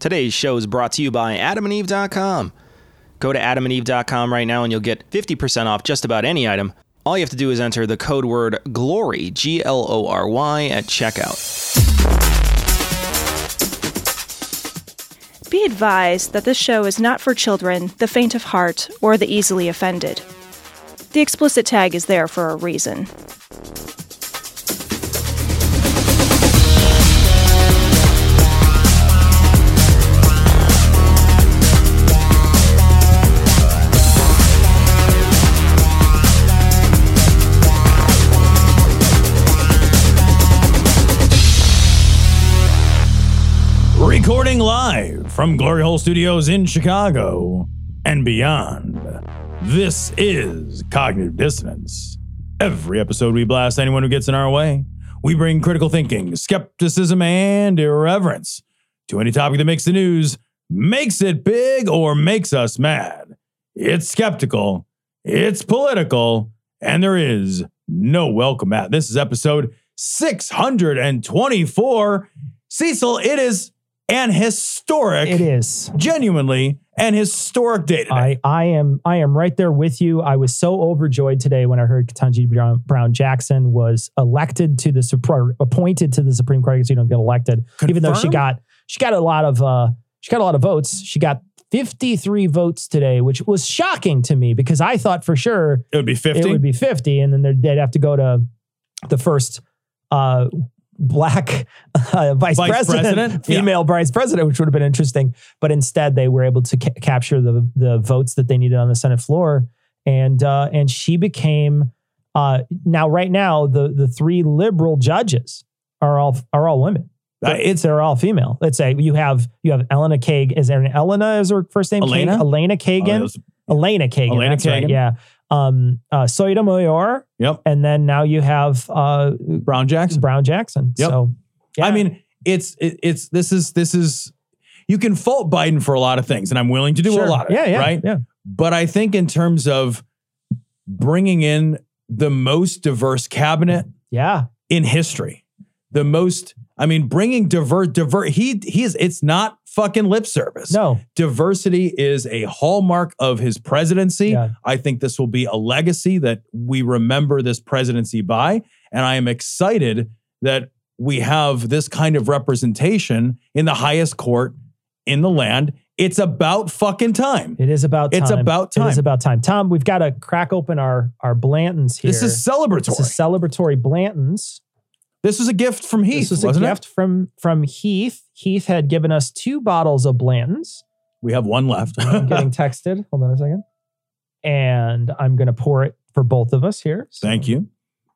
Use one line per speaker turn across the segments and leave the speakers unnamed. Today's show is brought to you by adamandeve.com. Go to adamandeve.com right now and you'll get 50% off just about any item. All you have to do is enter the code word GLORY, G L O R Y, at checkout.
Be advised that this show is not for children, the faint of heart, or the easily offended. The explicit tag is there for a reason.
Recording live from Glory Hole Studios in Chicago and beyond. This is Cognitive Dissonance. Every episode, we blast anyone who gets in our way. We bring critical thinking, skepticism, and irreverence to any topic that makes the news, makes it big, or makes us mad. It's skeptical, it's political, and there is no welcome mat. This is episode 624. Cecil, it is an historic,
It is.
genuinely an historic day today.
I, I am I am right there with you. I was so overjoyed today when I heard Ketanji Brown, Brown Jackson was elected to the Supreme appointed to the Supreme Court because you don't get elected. Even though she
Confirmed?
got she got a lot of uh she got a lot of votes. She got 53 votes today, which was shocking to me because I thought for sure
it would be 50.
it would be 50 and then there'd- they'd have to go to the first uh black uh, vice,
Vice
president,
president? Yeah.
female vice president which would have been interesting but instead they were able to ca- capture the the votes that they needed on the senate floor and uh and she became uh now right now the the three liberal judges are all are all women
Uh,
it's they're all female. Let's say you have you have Elena Kagan. Is there an Elena? Is her first name
Elena?
Kagan? Elena
Oh, that
Kagan.
was-
Elena Kagan.
Elena
that's right,
Kagan.
Yeah. Um, uh, Soyda Moyor,
yep.
and then now you have uh,
Brown Jackson.
Brown Jackson.
Yep.
So, yeah.
I mean, it's it, it's this is this is you can fault Biden for a lot of things, and I'm willing to do
Sure.
a lot of
yeah,
it,
yeah,
right?
Yeah.
But I think in terms of bringing in the most diverse cabinet
Yeah.
in history, the most. I mean, bringing divert divert. He he is. It's not fucking lip service.
No.
diversity is a hallmark of his presidency.
Yeah.
I think this will be a legacy that we remember this presidency by. And I am excited that we have this kind of representation in the highest court in the land. It's about fucking time.
It is about time.
It's about
It is
time.
about time. Tom, we've got to crack open our our Blantons here.
This is celebratory.
This is celebratory Blantons.
a gift from Heath,
this was a
wasn't
gift
it?
from from Heath. Heath had given us two bottles of Blantons.
We have one left.
I'm getting texted. Hold on a second. And I'm gonna pour it for both of us here. So-
Thank you.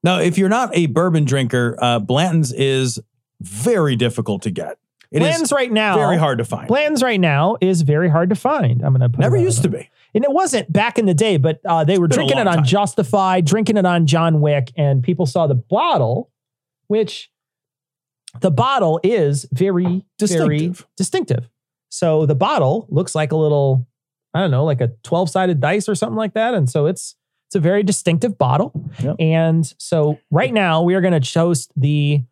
Now, if you're not a bourbon drinker, uh, Blanton's is very difficult to get. It is
Blanton's right now.
very hard to find.
Blanton's right now is very hard to find. I'm gonna put
Never
it on-
used to be.
and it wasn't back in the day, but uh, they were
been a
drinking
long
it on
time.
Justified, drinking it on John Wick, and people saw the bottle, which the bottle is very very
Distinctive.
distinctive. So the bottle looks like a little, I don't know, like a 12 sided dice or something like that. And so it's it's a very distinctive bottle.
Yep.
And so right now we are going to choose the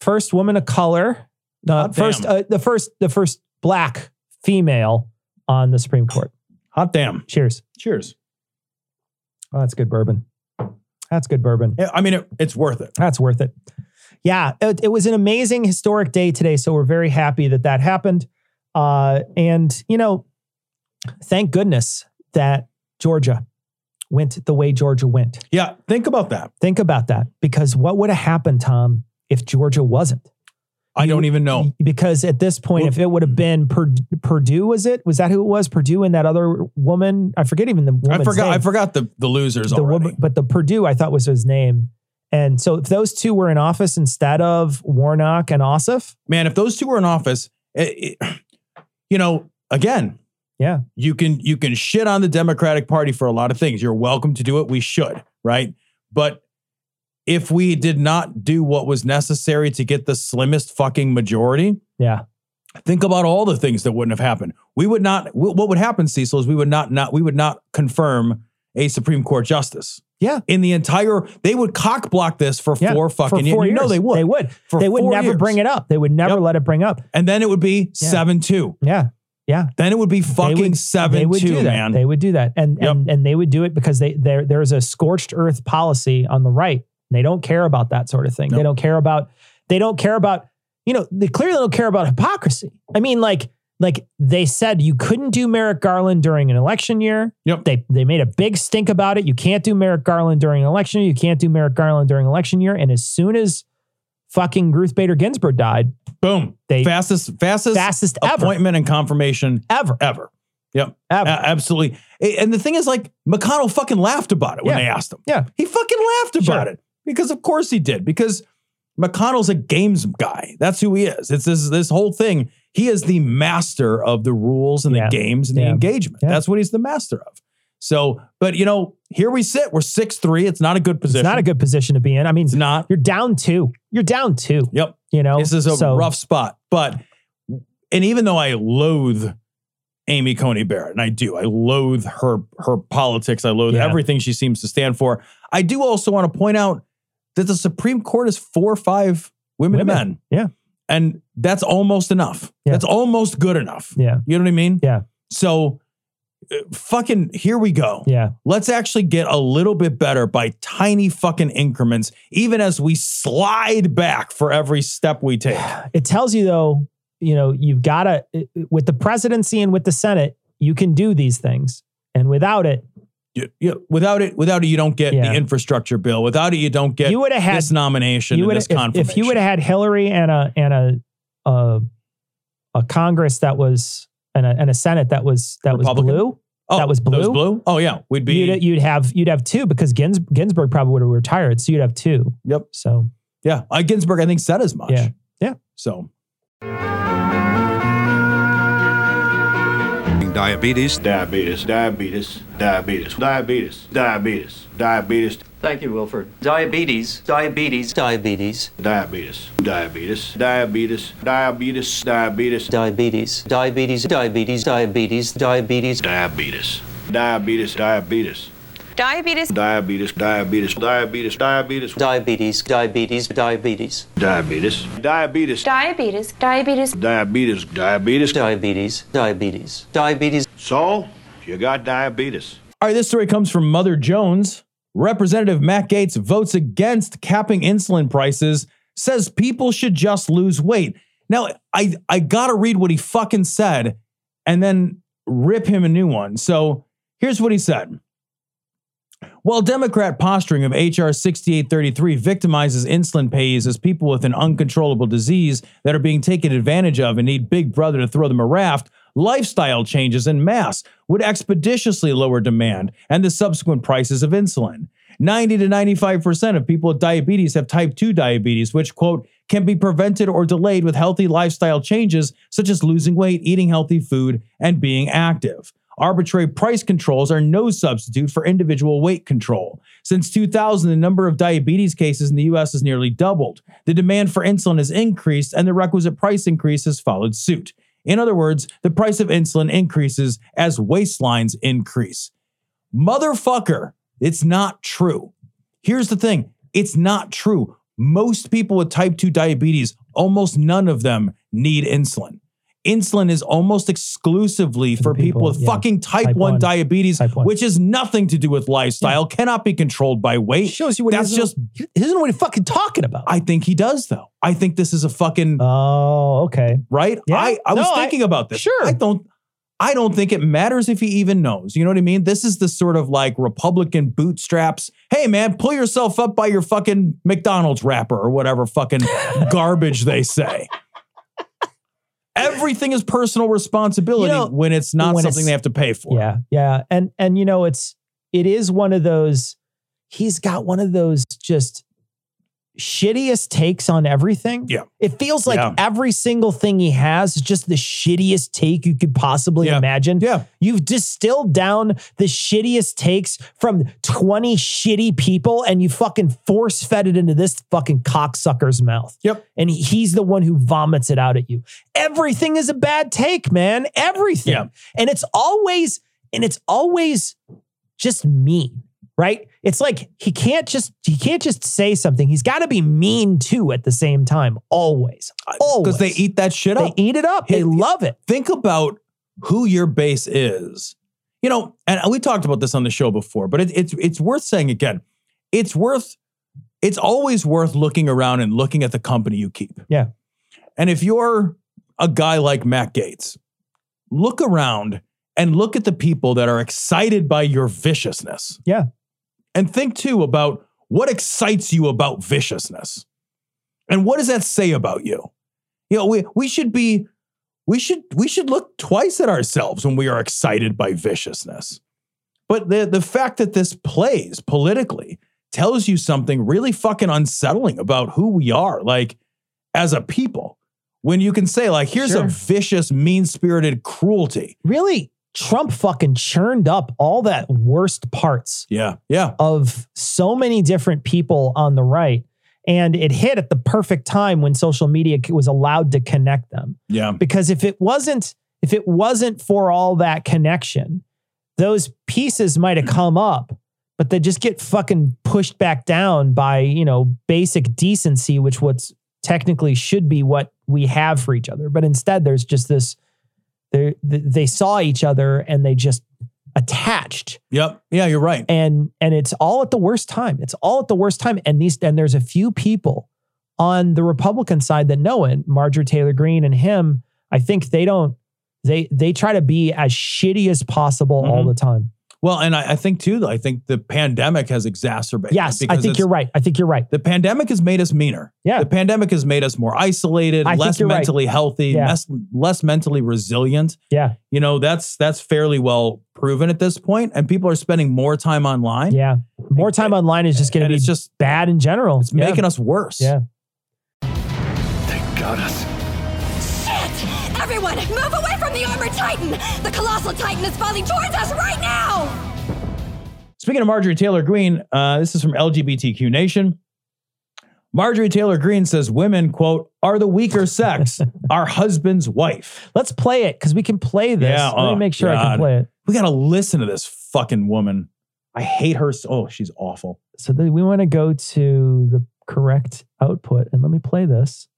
first woman of color, the
Hot
first
damn.
uh, the first the first black female on the Supreme Court.
Hot damn.
Cheers.
Cheers.
Oh, that's good bourbon. That's good bourbon.
I mean, it, it's worth it.
That's worth it. Yeah, it, it was an amazing historic day today. So we're very happy that that happened. Uh, and, you know, thank goodness that Georgia went the way Georgia went.
Yeah, think about that.
Think about that because what would have happened, Tom, if Georgia wasn't?
I don't even know.
Because at this point,
Well-
if it would have been Pur- Purdue, was it? Was that who it was? Purdue and that other woman? I forget even the woman.
I forgot.
Name
I forgot the the losers
the
already.
woman, but the Purdue I thought was his name. And so if those two were in office instead of Warnock and Ossoff,
Man, if those two were in office, it, it- you know, again,
Yeah.
you can you can shit on the Democratic Party for a lot of things. You're welcome to do it. We should, right? But if we did not do what was necessary to get the slimmest fucking majority,
yeah,
think about all the things that wouldn't have happened. We would not. wh- What would happen, Cecil, is we would not not we would not confirm a Supreme Court justice.
Yeah.
in the entire. They would cock block this for
Yeah.
four
For
fucking
four
years. No,
years.
they would.
They would.
For
they would
four
never
years.
bring it up. They would never
Yep.
let it bring up.
And then it would be
Yeah.
seven two.
Yeah. Yeah.
Then it would be
They
fucking
would- they
seven
would
two,
do that.
man.
They would do that, and
Yep.
and and they would do it because they there there is a scorched earth policy on the right. They don't care about that sort of thing. They
No.
don't care about they don't care about you know they clearly don't care about hypocrisy. I mean, like like they said you couldn't do Merrick Garland during an election year.
Yep.
They they made a big stink about it. You can't do Merrick Garland during an election year. You can't do Merrick Garland during election year. And as soon as fucking Ruth Bader Ginsburg died,
Boom.
They-
fastest fastest,
fastest ever,
appointment and confirmation
ever,
ever.
ever.
A- absolutely. A- And the thing is, like McConnell fucking laughed about it when
Yeah.
they asked him.
Yeah.
he fucking laughed about
Sure.
it because, of course, he did. Because McConnell's a games guy. That's who he is. It's this this whole thing. He is the master of the rules and
Yeah.
the games and
Yeah.
the engagement.
Yeah.
That's what he's the master of. So, but you know, here we sit. We're six three. It's not a good position.
It's not a good position to be in. I mean,
It's not.
You're down two. You're down two.
Yep.
You know,
This is a
So,
rough spot. But and even though I loathe Amy Coney Barrett, and I do, I loathe her her politics, I loathe
Yeah.
everything she seems to stand for. I do also want to point out that the Supreme Court is four or five women, to
Women.
men.
Yeah.
And that's almost enough.
Yeah.
That's almost good enough.
Yeah,
You know what I mean?
Yeah.
So uh, fucking here we go
yeah,
let's actually get a little bit better by tiny fucking increments, even as we slide back for every step we take.
it tells you though. You know, you've got to with the presidency and with the Senate, you can do these things, and without it,
You- you- without it, without it, you don't get
Yeah.
the infrastructure bill. Without it, you don't get
you would have had
this nomination
you
and
would
this
if,
confirmation.
if you would have had Hillary and a and a a, a Congress that was and a, and a Senate that was that
Republican?
was blue.
oh,
that was blue?
blue. Oh yeah, we'd be.
You'd, uh, you'd have you'd have two because Gins, Ginsburg probably would have retired, so you'd have two.
Yep.
So
yeah, I, Ginsburg, I think said as much.
Yeah. Yeah.
So
diabetes,
Diabetes, diabetes, diabetes, diabetes, diabetes, diabetes,
Thank you, Wilford. Diabetes, diabetes, diabetes,
diabetes, diabetes, diabetes, diabetes, diabetes,
diabetes, diabetes, diabetes, diabetes, diabetes.
diabetes, diabetes, diabetes,
Diabetes.
diabetes, diabetes, diabetes, diabetes,
Diabetes, diabetes, diabetes,
diabetes, diabetes,
Diabetes. Diabetes.
diabetes, diabetes.
diabetes, diabetes, diabetes.
So, you got diabetes.
All right, this story comes from Mother Jones. Representative Matt Gates votes against capping insulin prices, says people should just lose weight. Now, I, I gotta read what he fucking said and then rip him a new one. So here's what he said. While Democrat posturing of H.R. 6833 victimizes insulin payees as people with an uncontrollable disease that are being taken advantage of and need Big Brother to throw them a raft, lifestyle changes en masse would expeditiously lower demand and the subsequent prices of insulin. 90 to 95% of people with diabetes have type 2 diabetes, which, quote, can be prevented or delayed with healthy lifestyle changes such as losing weight, eating healthy food, and being active. Arbitrary price controls are no substitute for individual weight control. Since 2000, the number of diabetes cases in the US has nearly doubled. The demand for insulin has increased, and the requisite price increase has followed suit. In other words, the price of insulin increases as waistlines increase. Motherfucker, it's not true. Here's the thing it's not true. Most people with type 2 diabetes, almost none of them need insulin. Insulin is almost exclusively for,
For
people,
people,
with
yeah.
fucking type,
Type
1
one.
diabetes,
Type one.
which has nothing to do with lifestyle, cannot be controlled by weight.
shows you what
That's
he doesn't- he doesn't know what he's fucking talking about.
I think he does, though. I think this is a fucking
oh, okay.
right?
Yeah.
I, I was
No, I-
thinking about this.
Sure.
I don't I don't think it matters if he even knows. You know what I mean? This is the sort of like Republican bootstraps. Hey man, pull yourself up by your fucking McDonald's wrapper or whatever fucking garbage they say. Everything is personal responsibility
You know,
when it's not
when
something
it's-
they have to pay for.
Yeah, yeah, and and you know it's it is one of those. He's got one of those just shittiest takes on everything.
Yeah.
it feels like
Yeah.
every single thing he has is just the shittiest take you could possibly
Yeah.
imagine.
Yeah.
You've distilled down the shittiest takes from 20 shitty people and you fucking force fed it into this fucking cocksucker's mouth.
Yep.
And he- he's the one who vomits it out at you. Everything is a bad take, man. Everything.
Yeah.
And it's always, and it's always just mean. right? It's like he can't just he can't just say something. He's got to be mean too at the same time. Always, always
because they eat that shit
they
up.
eat it up. They
It-
love it.
think about who your base is. You know, and we talked about this on the show before, but it, it's it's worth saying again. It's worth it's always worth looking around and looking at the company you keep.
Yeah.
And if you're a guy like Matt Gates, look around and look at the people that are excited by your viciousness.
Yeah.
And think too about what excites you about viciousness. And what does that say about you? You know, we we should be we should we should look twice at ourselves when we are excited by viciousness. But the the fact that this plays politically tells you something really fucking unsettling about who we are, like as a people. When you can say, like, here's
Sure.
a vicious, mean spirited cruelty.
Really, Trump fucking churned up all that worst parts
Yeah. Yeah.
of so many different people on the right. And it hit at the perfect time when social media was allowed to connect them.
Yeah.
Because if it wasn't, if it wasn't for all that connection, those pieces might have come up, but they just get fucking pushed back down by, you know, basic decency, which what's technically should be what we have for each other. But instead there's just this, they they saw each other and they just attached
Yep. Yeah, you're right.
and and it's all at the worst time it's all at the worst time and these and there's a few people on the republican side that know it marjorie taylor green and him i think they don't they they try to be as shitty as possible all
Mhm.
the time
Well, and I, I think too, though, I think the pandemic has exacerbated.
yes
that
i
because
think
it's-
you're right i think you're right
The pandemic has made us meaner.
Yeah.
The pandemic has made us more isolated,
I think
less
you're right.
mentally healthy,
Yeah.
less, less mentally resilient.
yeah
You know, that's that's fairly well proven at this point, and people are spending more time online.
yeah more time online is just going to
And
be
it's just
bad in general
it's making us worse.
yeah
Shit! Everyone, move away from the armored titan! The colossal titan is falling towards us right now!
Speaking of Marjorie Taylor Greene, uh, this is from LGBTQ Nation. Marjorie Taylor Greene says women, quote, are the weaker sex, our husband's wife.
let's play it because we can play this
Yeah,
let me
oh,
make sure i can
God.
play it
We got to listen to this fucking woman. I hate her. So- oh, she's awful.
so then we want to go to the correct output and let me play this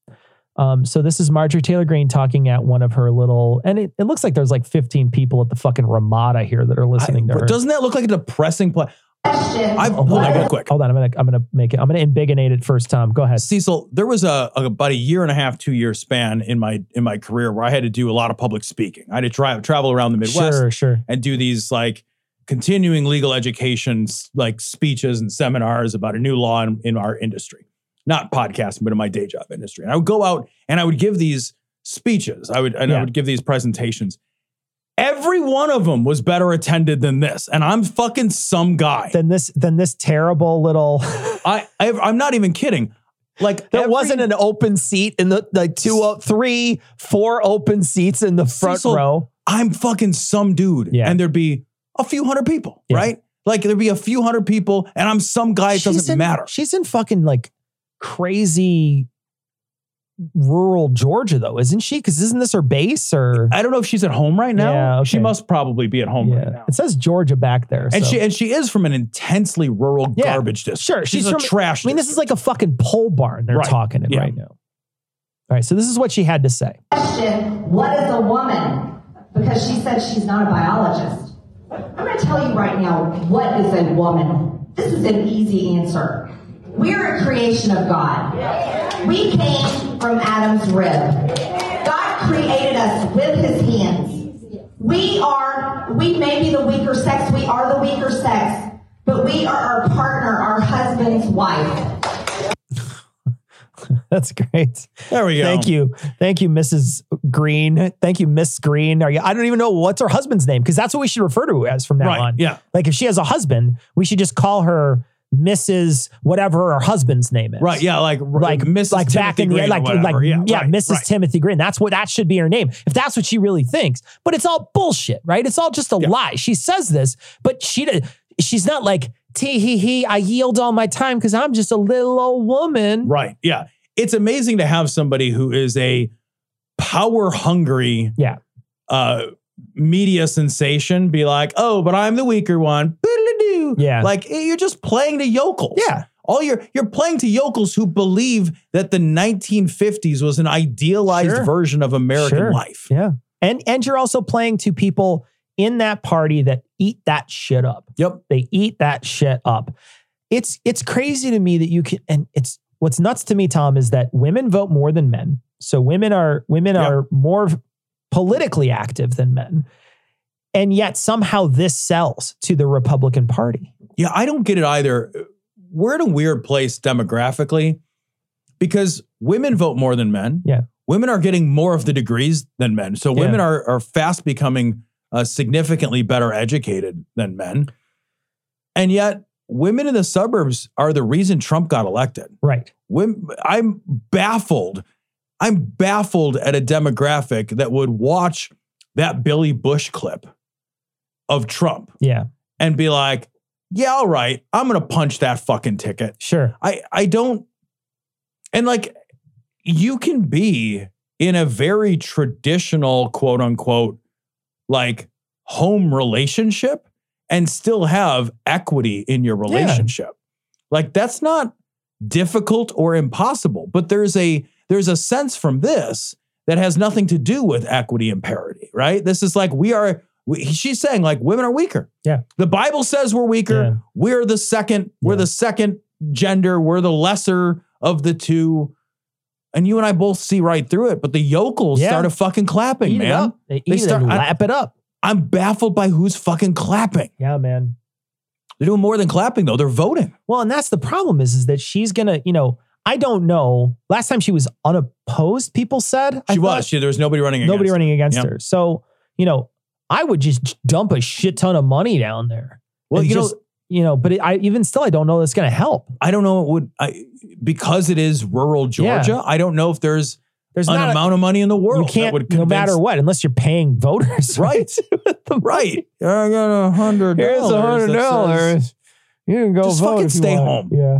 um, so this is marjorie taylor green talking at one of her little and it, it looks like there's like 15 people at the fucking ramada here that are listening
I-
to her
doesn't that look like a depressing play? I've, hold on real quick.
hold on i'm gonna i'm gonna make it i'm gonna embiggenate it first tom go ahead
Cecil, there was a, a- about a year and a half, two year span in my in my career where I had to do a lot of public speaking. I had to drive, travel around the Midwest
sure sure
and do these like continuing legal education s- like speeches and seminars about a new law in, in our industry, not podcasting, but in my day job industry. And I would go out and I would give these speeches. I would and
Yeah.
I would give these presentations. Every one of them was better attended than this, and I'm fucking some guy.
then this then this terrible little
I, I I'm not even kidding. Like
there
every-
wasn't an open seat in the like two o- three four open seats in the front
Cecil-
row
I'm fucking some dude.
Yeah.
And there'd be a few hundred people,
Yeah.
right? Like there'd be a few hundred people, and I'm some guy, it doesn't
in,
matter.
She's in fucking like crazy rural Georgia though, isn't she? Because isn't this her base or
I don't know if she's at home right now.
Yeah, okay.
She must probably be at home right now.
It says Georgia back there.
And
so-
she and she is from an intensely rural
Yeah,
garbage district.
sure,
she's,
she's
a
from-
trash.
I mean, this is like a fucking pole barn they're
Right,
talking in
yeah.
right now. All right, so this is what she had to say.
question, what is a woman? Because she said she's not a biologist. I'm going to tell you right now, what is a woman? This is an easy answer. We're a creation of God. We came from Adam's rib. God created us with his hands. We are, we may be the weaker sex, we are the weaker sex, but we are our partner, our husband's wife.
That's great.
there we go.
Thank you. Thank you, Mrs. Green. Thank you, Miss Green. Are you, I don't even know what's her husband's name because that's what we should refer to as from now
Right,
on.
yeah.
Like if she has a husband, we should just call her Mrs. whatever her husband's name is.
Right. Yeah. Like, like
Like,
Mrs.
like
Timothy
back in
Green
the
or
like,
whatever.
like yeah,
right,
Mrs.
right.
Timothy Green. That's what that should be her name if that's what she really thinks. But it's all bullshit, right? It's all just a lie. She says this, but she did, she's not like tee hee hee. I yield all my time because I'm just a little old woman.
Right. Yeah. It's amazing to have somebody who is a power hungry
Yeah.
uh, media sensation be like, oh, but I'm the weaker one. do.
Yeah.
Like eh, you're just playing to yokels.
Yeah.
All you're you're playing to yokels who believe that the 1950s was an idealized
Sure.
version of American
Sure.
life.
Yeah. And and you're also playing to people in that party that eat that shit up.
Yep.
They eat that shit up. It's it's crazy to me that you can and it's what's nuts to me Tom is that women vote more than men. So women are women
Yep.
are more politically active than men. And yet somehow this sells to the Republican Party.
Yeah, I don't get it either. We're in a weird place demographically because women vote more than men.
Yeah.
Women are getting more of the degrees than men. So
Yeah.
women are, are fast becoming uh, significantly better educated than men. And yet, women in the suburbs are the reason Trump got elected.
Right.
Women, I'm baffled. I'm baffled at a demographic that would watch that Billy Bush clip of Trump
Yeah.
and be like, yeah, all right, I'm gonna punch that fucking ticket.
Sure.
I I don't and like you can be in a very traditional quote unquote like home relationship and still have equity in your relationship. Like that's not difficult or impossible, but there's a there's a sense from this that has nothing to do with equity and parity, right? This is like we are we, she's saying like women are weaker.
Yeah.
The Bible says we're weaker.
Yeah.
We're the second we're
Yeah.
the second gender, we're the lesser of the two. And you and I both see right through it, but the yokels
Yeah.
started fucking clapping,
Eat it
man.
up. They eat
They
it
start-
and
I-
lap it up.
I'm baffled by who's fucking clapping.
Yeah, man.
They're doing more than clapping though. They're voting.
Well, and that's the problem is, is that she's gonna, you know, I don't know. Last time she was unopposed, people said I
She
thought.
was. She, there was nobody running. against
nobody
her.
running against
Yeah.
her. So, you know, I would just dump a shit ton of money down there.
Well,
And
you
just-
know,
you know, but it, I even still, I don't know that's gonna help.
I don't know. It would I because it is rural
Yeah.
Georgia. I don't know if there's
There's
an
not a-
amount of money in the world
you can't,
that would
no
convince,
matter what, unless you're paying voters.
Right.
The money.
right. I got a hundred.
Here's a
dollars
hundred
that says-
dollars. You can go
Just
vote
fucking
if you
stay
want.
home.
Yeah.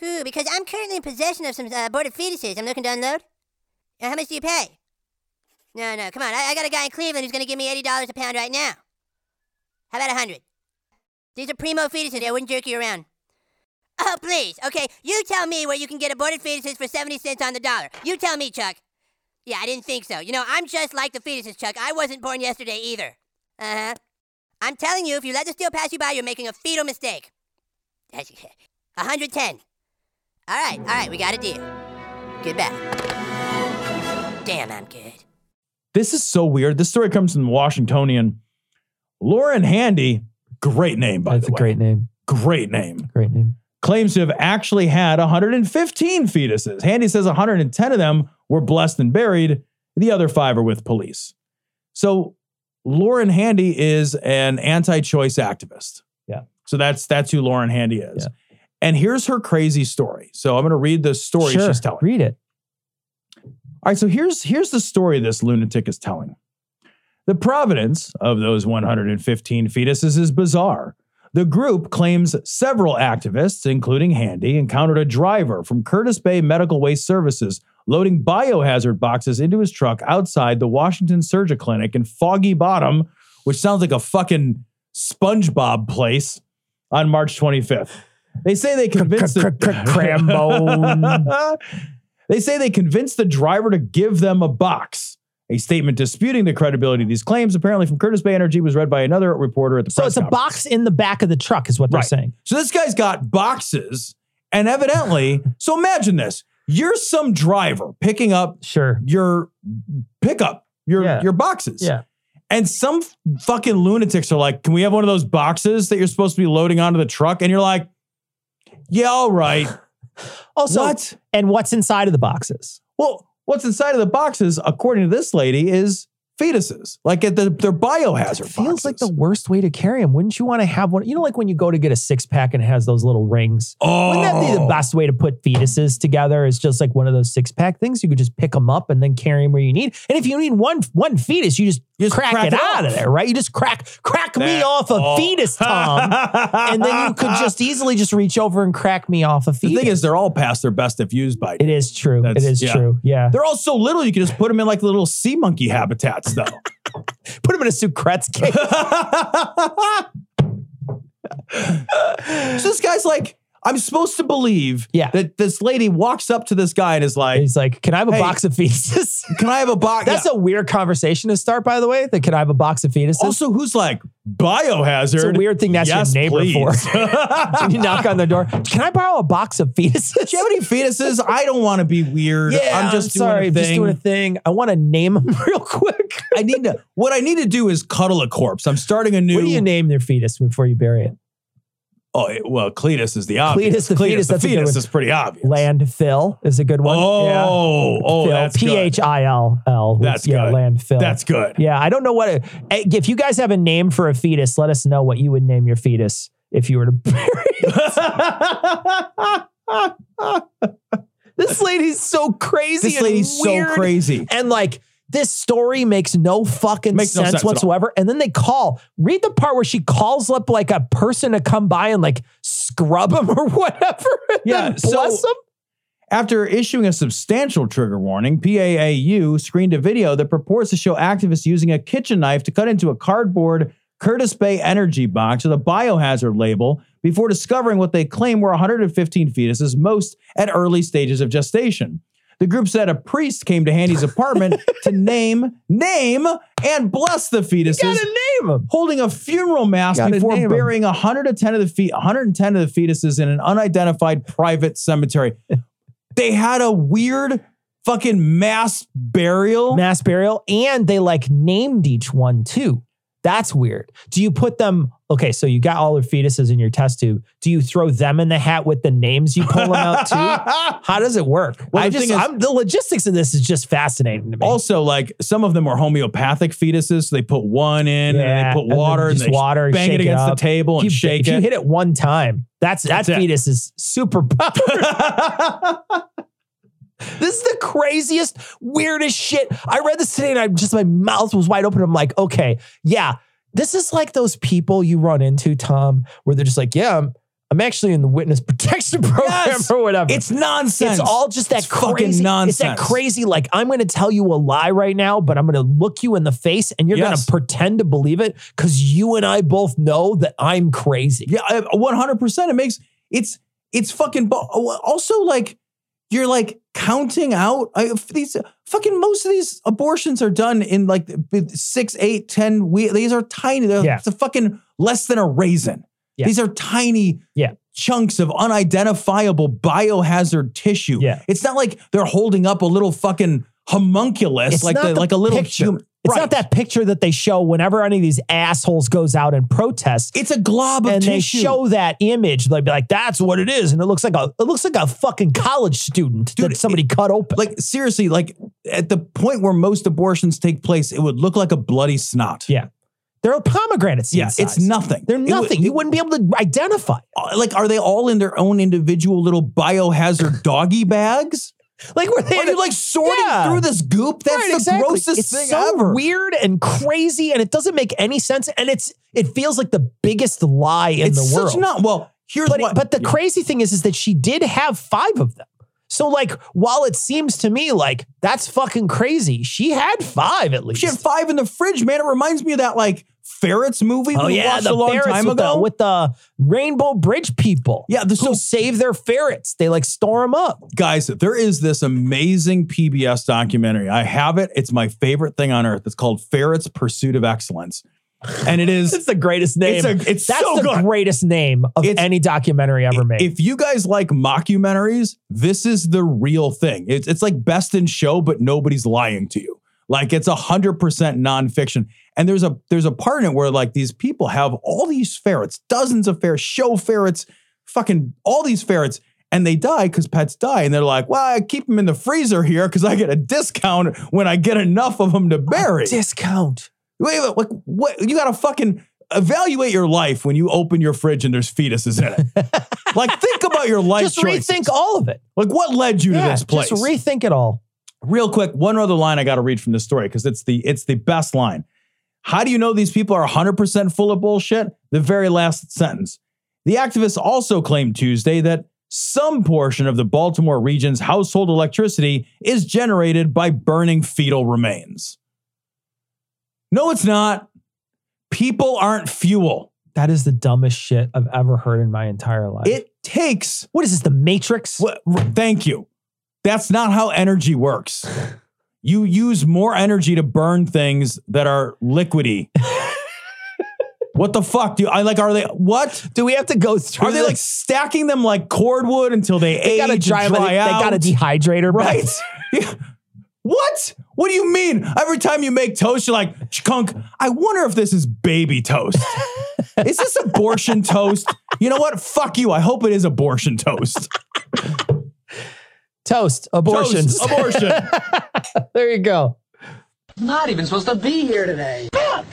Cool, because I'm currently in possession of some uh, aborted fetuses I'm looking to unload. Uh, how much do you pay? No, no, come on. I, I got a guy in Cleveland who's going to give me $80 a pound right now. How about a 100 These are primo fetuses. I wouldn't jerk you around. Oh, please. Okay, you tell me where you can get aborted fetuses for 70 cents on the dollar. You tell me, Chuck. Yeah, I didn't think so. You know, I'm just like the fetuses, Chuck. I wasn't born yesterday either. Uh huh. I'm telling you, if you let this deal pass you by, you're making a fetal mistake. 110. All right, all right, we got a deal. Good back. Damn, I'm good.
This is so weird. This story comes from the Washingtonian. Lauren Handy, great name by
That's
the
a
way.
great name.
great name.
Great name.
claims to have actually had 115 fetuses. Handy says 110 of them were blessed and buried, the other five are with police. So Lauren Handy is an anti-choice activist.
Yeah.
So that's that's who Lauren Handy is.
Yeah.
And here's her crazy story. So I'm going to read the story
sure.
she's telling.
Read it.
All right, so here's here's the story this lunatic is telling. The providence of those 115 fetuses is bizarre. The group claims several activists, including Handy, encountered a driver from Curtis Bay Medical Waste Services loading biohazard boxes into his truck outside the Washington Surgery Clinic in Foggy Bottom, which sounds like a fucking SpongeBob place, on March 25th. They say they convinced the-
Crambone.
they say they convinced the driver to give them a box. A statement disputing the credibility of these claims, apparently from Curtis Bay Energy, was read by another reporter at the
So
press
it's a
conference.
box in the back of the truck, is what they're
Right.
saying.
So this guy's got boxes, and evidently, so imagine this: you're some driver picking up
Sure.
your pickup, your
Yeah.
your boxes,
Yeah.
and some f- fucking lunatics are like, "Can we have one of those boxes that you're supposed to be loading onto the truck?" And you're like, "Yeah, all right."
Also,
what?
and what's inside of the boxes?
Well, what's inside of the boxes, according to this lady, is fetuses. Like at the, they're biohazard.
Feels
boxes.
like the worst way to carry them. Wouldn't you want to have one? You know, like when you go to get a six pack and it has those little rings.
oh,
Wouldn't that be the best way to put fetuses together? Is just like one of those six pack things. You could just pick them up and then carry them where you need. And if you need one one fetus, you just,
Just
crack,
crack
it,
it
out of
off.
there, right? You just crack crack me
That-
off a
oh.
fetus, Tom, and then you could just easily just reach over and crack me off a
The
fetus.
thing is, they're all past their best if used by.
it is true. It
That's-
is
yeah.
true. Yeah.
They're all so little, you can just put them in like little sea monkey habitats, though.
Put them in a Socrates cage.
so this guy's like, I'm supposed to believe
Yeah.
that this lady walks up to this guy and is like,
He's like, "Can I have a
Hey.
box of fetuses?"
Can I have a box?
That's a weird conversation to start, by the way. That can I have a box of fetuses?
also who's like biohazard.
it's a weird thing that's
Yes,
your neighbor
please.
for. when you knock on the door, can I borrow a box of fetuses?
Do you have any fetuses? I don't want to be weird.
yeah,
I'm just doing
sorry.
a
I'm just
thing.
doing a thing. I want to name them real quick.
I need to. What I need to do is cuddle a corpse. I'm starting a new.
What do you name their fetus before you bury it?
Oh it- well, Cletus is the obvious.
Cletus the fetus,
the
that's a good
fetus
one.
is pretty obvious.
Landfill is a good one.
Oh, oh, that's good.
P H I L L.
That's
yeah,
good.
landfill.
That's good.
Yeah, I don't know what. It, eh, if you guys have a name for a fetus, let us know what you would name your fetus if you were to bury it. this lady's so crazy.
This
and
lady's so
weird.
crazy.
And like, this story makes no fucking
Makes no
sense,
sense at all.
whatsoever. And then they call. Read the part where she calls up like a person to come by and like scrub him or whatever. and
Yeah,
then
so-
bless him.
After issuing a substantial trigger warning, PAAU screened a video that purports to show activists using a kitchen knife to cut into a cardboard Curtis Bay energy box with a biohazard label before discovering what they claim were 115 fetuses, most at early stages of gestation. The group said a priest came to Handy's apartment to name, name, and bless the fetuses,
Gotta name him.
holding a funeral mass
Gotta
before
name 'em.
burying 110 of the feet 110 of the fetuses in an unidentified private cemetery. they had a weird fucking mass burial.
mass burial and they like named each one too that's weird do you put them okay so you got all their fetuses in your test tube do you throw them in the hat with the names you pull them out too how does it work
Well,
i
the
just
thing is-
i'm the logistics of this is just fascinating to me
Also, like some of them are homeopathic fetuses, so they put one in and
Yeah,
they
and
put
then
water and,
just
they
water,
bang
shake
it
it
against
up.
the table
if
and
you,
shake
if you
it.
hit it one time that's that
That's it.
fetus is super powered This is the craziest, weirdest shit. I read this today and I just, my mouth was wide open. I'm like, okay, yeah, this is like those people you run into, Tom, where they're just like, yeah, I'm, I'm actually in the witness protection program
Yes!
or whatever.
It's nonsense.
It's all just that
It's fucking
crazy. It's that
nonsense.
crazy. Like I'm going to tell you a lie right now, but I'm going to look you in the face, and you're
Yes.
going to pretend to believe it because you and I both know that I'm crazy.
Yeah, one hundred percent. It makes it's it's fucking. Bo- also, like you're like counting out I, f- these fucking. Most of these abortions are done in like b- six, eight, ten. We these are tiny. They're
Yeah.
it's a fucking less than a raisin.
Yeah.
These are tiny.
Yeah.
Chunks of unidentifiable biohazard tissue.
Yeah.
It's not like they're holding up a little fucking homunculus,
It's
like
not
the,
the
like a little
picture.
hum-
It's
Right.
not that picture that they show whenever any of these assholes goes out and protests.
It's a glob of
and they
tissue.
show that image, they'd be like, "That's what it is," and it looks like a it looks like a fucking college student
Dude,
that somebody cut open.
like seriously, like at the point where most abortions take place, it would look like a bloody snot.
Yeah. They're pomegranates.
Yeah,
in
it's
size.
nothing.
They're
It would- uh,
nothing. you wouldn't be able to identify.
like, are they all in their own individual little biohazard doggy bags?
Like were they
Are
in a-
you like sorting
Yeah.
through this goop? That's
Right,
the
exactly.
grossest
it's
thing
so
ever.
Weird and crazy, and it doesn't make any sense. And it's it feels like the biggest lie in
it's
the world.
such not well. Here's
but
what,
but the crazy thing is is that she did have five of them. So like while it seems to me like that's fucking crazy, she had five at least.
she had five in the fridge, man. It reminds me of that like ferrets movie
Oh
we
yeah,
watched a
the
long
ferrets
time
with
ago.
the, with the Rainbow Bridge people.
yeah, the,
who
so
save their ferrets. They like store them up.
guys, there is this amazing PBS documentary. I have it. It's my favorite thing on earth. It's called Ferret's Pursuit of Excellence. And it is
It's the greatest name.
It's a- it's
That's
so
the
good.
greatest name of
It's-
any documentary ever made.
if you guys like mockumentaries, this is the real thing. It's it's like best in show, but nobody's lying to you. Like it's a hundred percent nonfiction. And there's a there's a part in it where like these people have all these ferrets, dozens of ferrets, show ferrets, fucking all these ferrets, and they die because pets die. And they're like, well, I keep them in the freezer here because I get a discount when I get enough of them to bury.
Discount.
Wait, wait, what, what? You gotta fucking evaluate your life when you open your fridge and there's fetuses in it. like, think about your life
Just
choices.
rethink all of it.
Like, what led you to
Yeah,
this place?
Just rethink it all.
Real quick, one other line I gotta read from this story because it's the it's the best line. How do you know these people are 100% full of bullshit? The very last sentence. The activists also claimed Tuesday that some portion of the Baltimore region's household electricity is generated by burning fetal remains. No, it's not. People aren't fuel.
That is the dumbest shit I've ever heard in my entire life.
It takes.
What is this, the Matrix?
What, thank you. That's not how energy works. You use more energy to burn things that are liquidy. what the fuck do you, I like? Are they what?
Do we have to go through?
Are they like
this?
stacking them like cordwood until they,
They
age
got a
and dry,
dry, they,
out?
got a dehydrator, back.
right? Yeah. What? What do you mean? Every time you make toast, you're like, chunk. I wonder if this is baby toast. is this abortion toast? You know what? Fuck you. I hope it is abortion toast.
Toast, abortions.
Toast, abortion.
there you go.
Not even supposed to be here today. Fuck!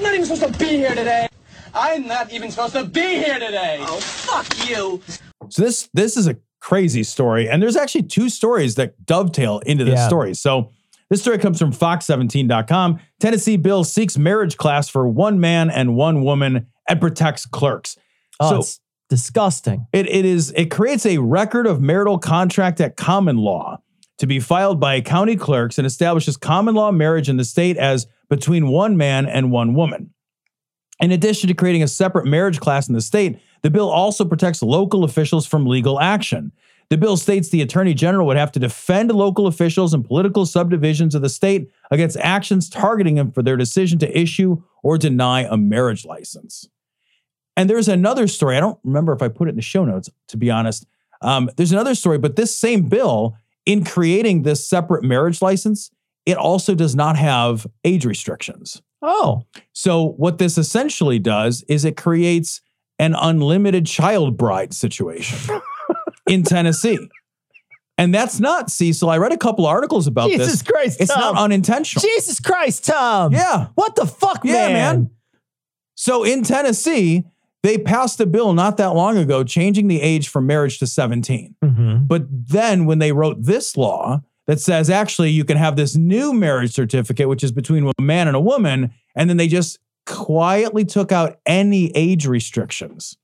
Not even supposed to be here today. I'm not even supposed to be here today. Oh, fuck you.
so this this is a crazy story, and there's actually two stories that dovetail into this
Yeah.
story. So this story comes from Fox17.com. Tennessee bill seeks marriage class for one man and one woman and protects clerks.
Oh,
so
it's disgusting.
It, it is it creates a record of marital contract at common law to be filed by county clerks and establishes common law marriage in the state as between one man and one woman. In addition to creating a separate marriage class in the state, the bill also protects local officials from legal action. The bill states the attorney general would have to defend local officials and political subdivisions of the state against actions targeting them for their decision to issue or deny a marriage license. And there's another story. I don't remember if I put it in the show notes, to be honest. Um, there's another story, but this same bill, in creating this separate marriage license, it also does not have age restrictions.
Oh,
So, what this essentially does is it creates an unlimited child bride situation in Tennessee. And that's not, Cecil. I read a couple articles about
Jesus
this.
Christ,
It's
Tom.
not unintentional.
Jesus Christ, Tom.
Yeah.
What the fuck,
Yeah, man. So in Tennessee, they passed a bill not that long ago changing the age for marriage to 17.
Mhm.
But then when they wrote this law that says actually you can have this new marriage certificate, which is between a man and a woman, and then they just quietly took out any age restrictions,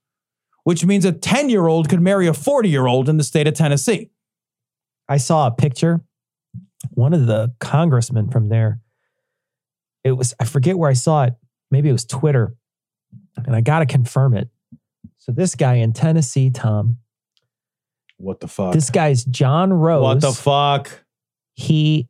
which means a 10 year old could marry a 40 year old in the state of Tennessee.
I saw a picture. One of the congressmen from there, it was, I forget where I saw it. Maybe it was Twitter. And I got to confirm it. So this guy in Tennessee, Tom,
What the fuck?
this guy's John Rose.
what the fuck?
he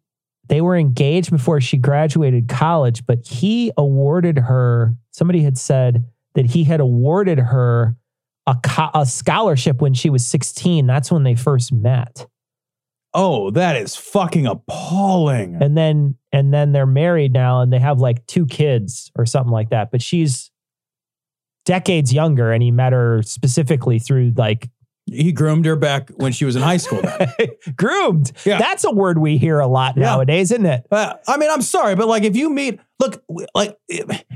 they were engaged before she graduated college, but he awarded her. Somebody had said that he had awarded her a, co- a scholarship when she was 16. That's when they first met,
Oh, that is fucking appalling.
and then and then they're married now, and they have like two kids or something like that. But she's decades younger, and he met her specifically through like
He groomed her back when she was in high school. Then.
groomed.
Yeah.
That's a word we hear a lot
Yeah.
nowadays, isn't it?
Uh, I mean, I'm sorry, but like if you meet, look, w- like it-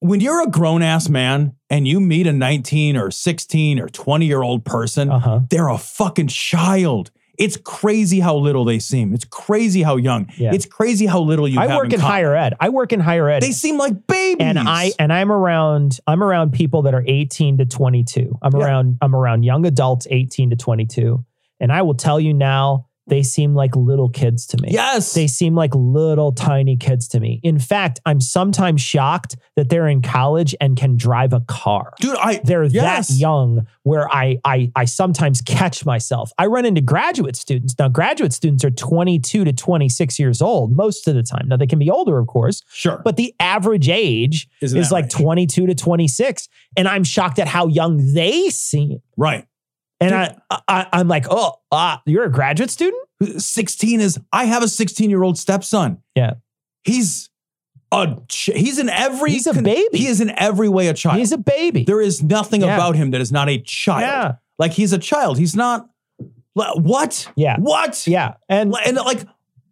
when you're a grown ass man and you meet a 19 or 16 or 20 year old person,
Uh huh.
they're a fucking child. It's crazy how little they seem. It's crazy how young.
Yeah.
It's crazy how little you.
I
have
work in
common.
higher ed. I work in higher ed.
They seem like babies.
and I and I'm around I'm around people that are 18 to 22. I'm
Yeah.
around I'm around young adults 18 to 22, and I will tell you now they seem like little kids to me.
yes,
They seem like little tiny kids to me. In fact, I'm sometimes shocked that they're in college and can drive a car.
dude. I
They're
Yes.
that young where I, I I sometimes catch myself. I run into graduate students. Now graduate students are 22 to 26 years old most of the time. Now they can be older of course,
sure,
but the average age
Isn't
is
that
like
right?
22 to 26 and i'm shocked at how young they seem
right.
and I, I i'm like oh ah, you're a graduate student
16 is I have a 16 year old stepson.
Yeah.
He's a ch- he's in every
He's a baby.
He is in every way a child.
he's a baby
there is nothing
Yeah.
about him that is not a child.
yeah
Like he's a child. He's not like, what?
Yeah.
What?
yeah and
Li- And like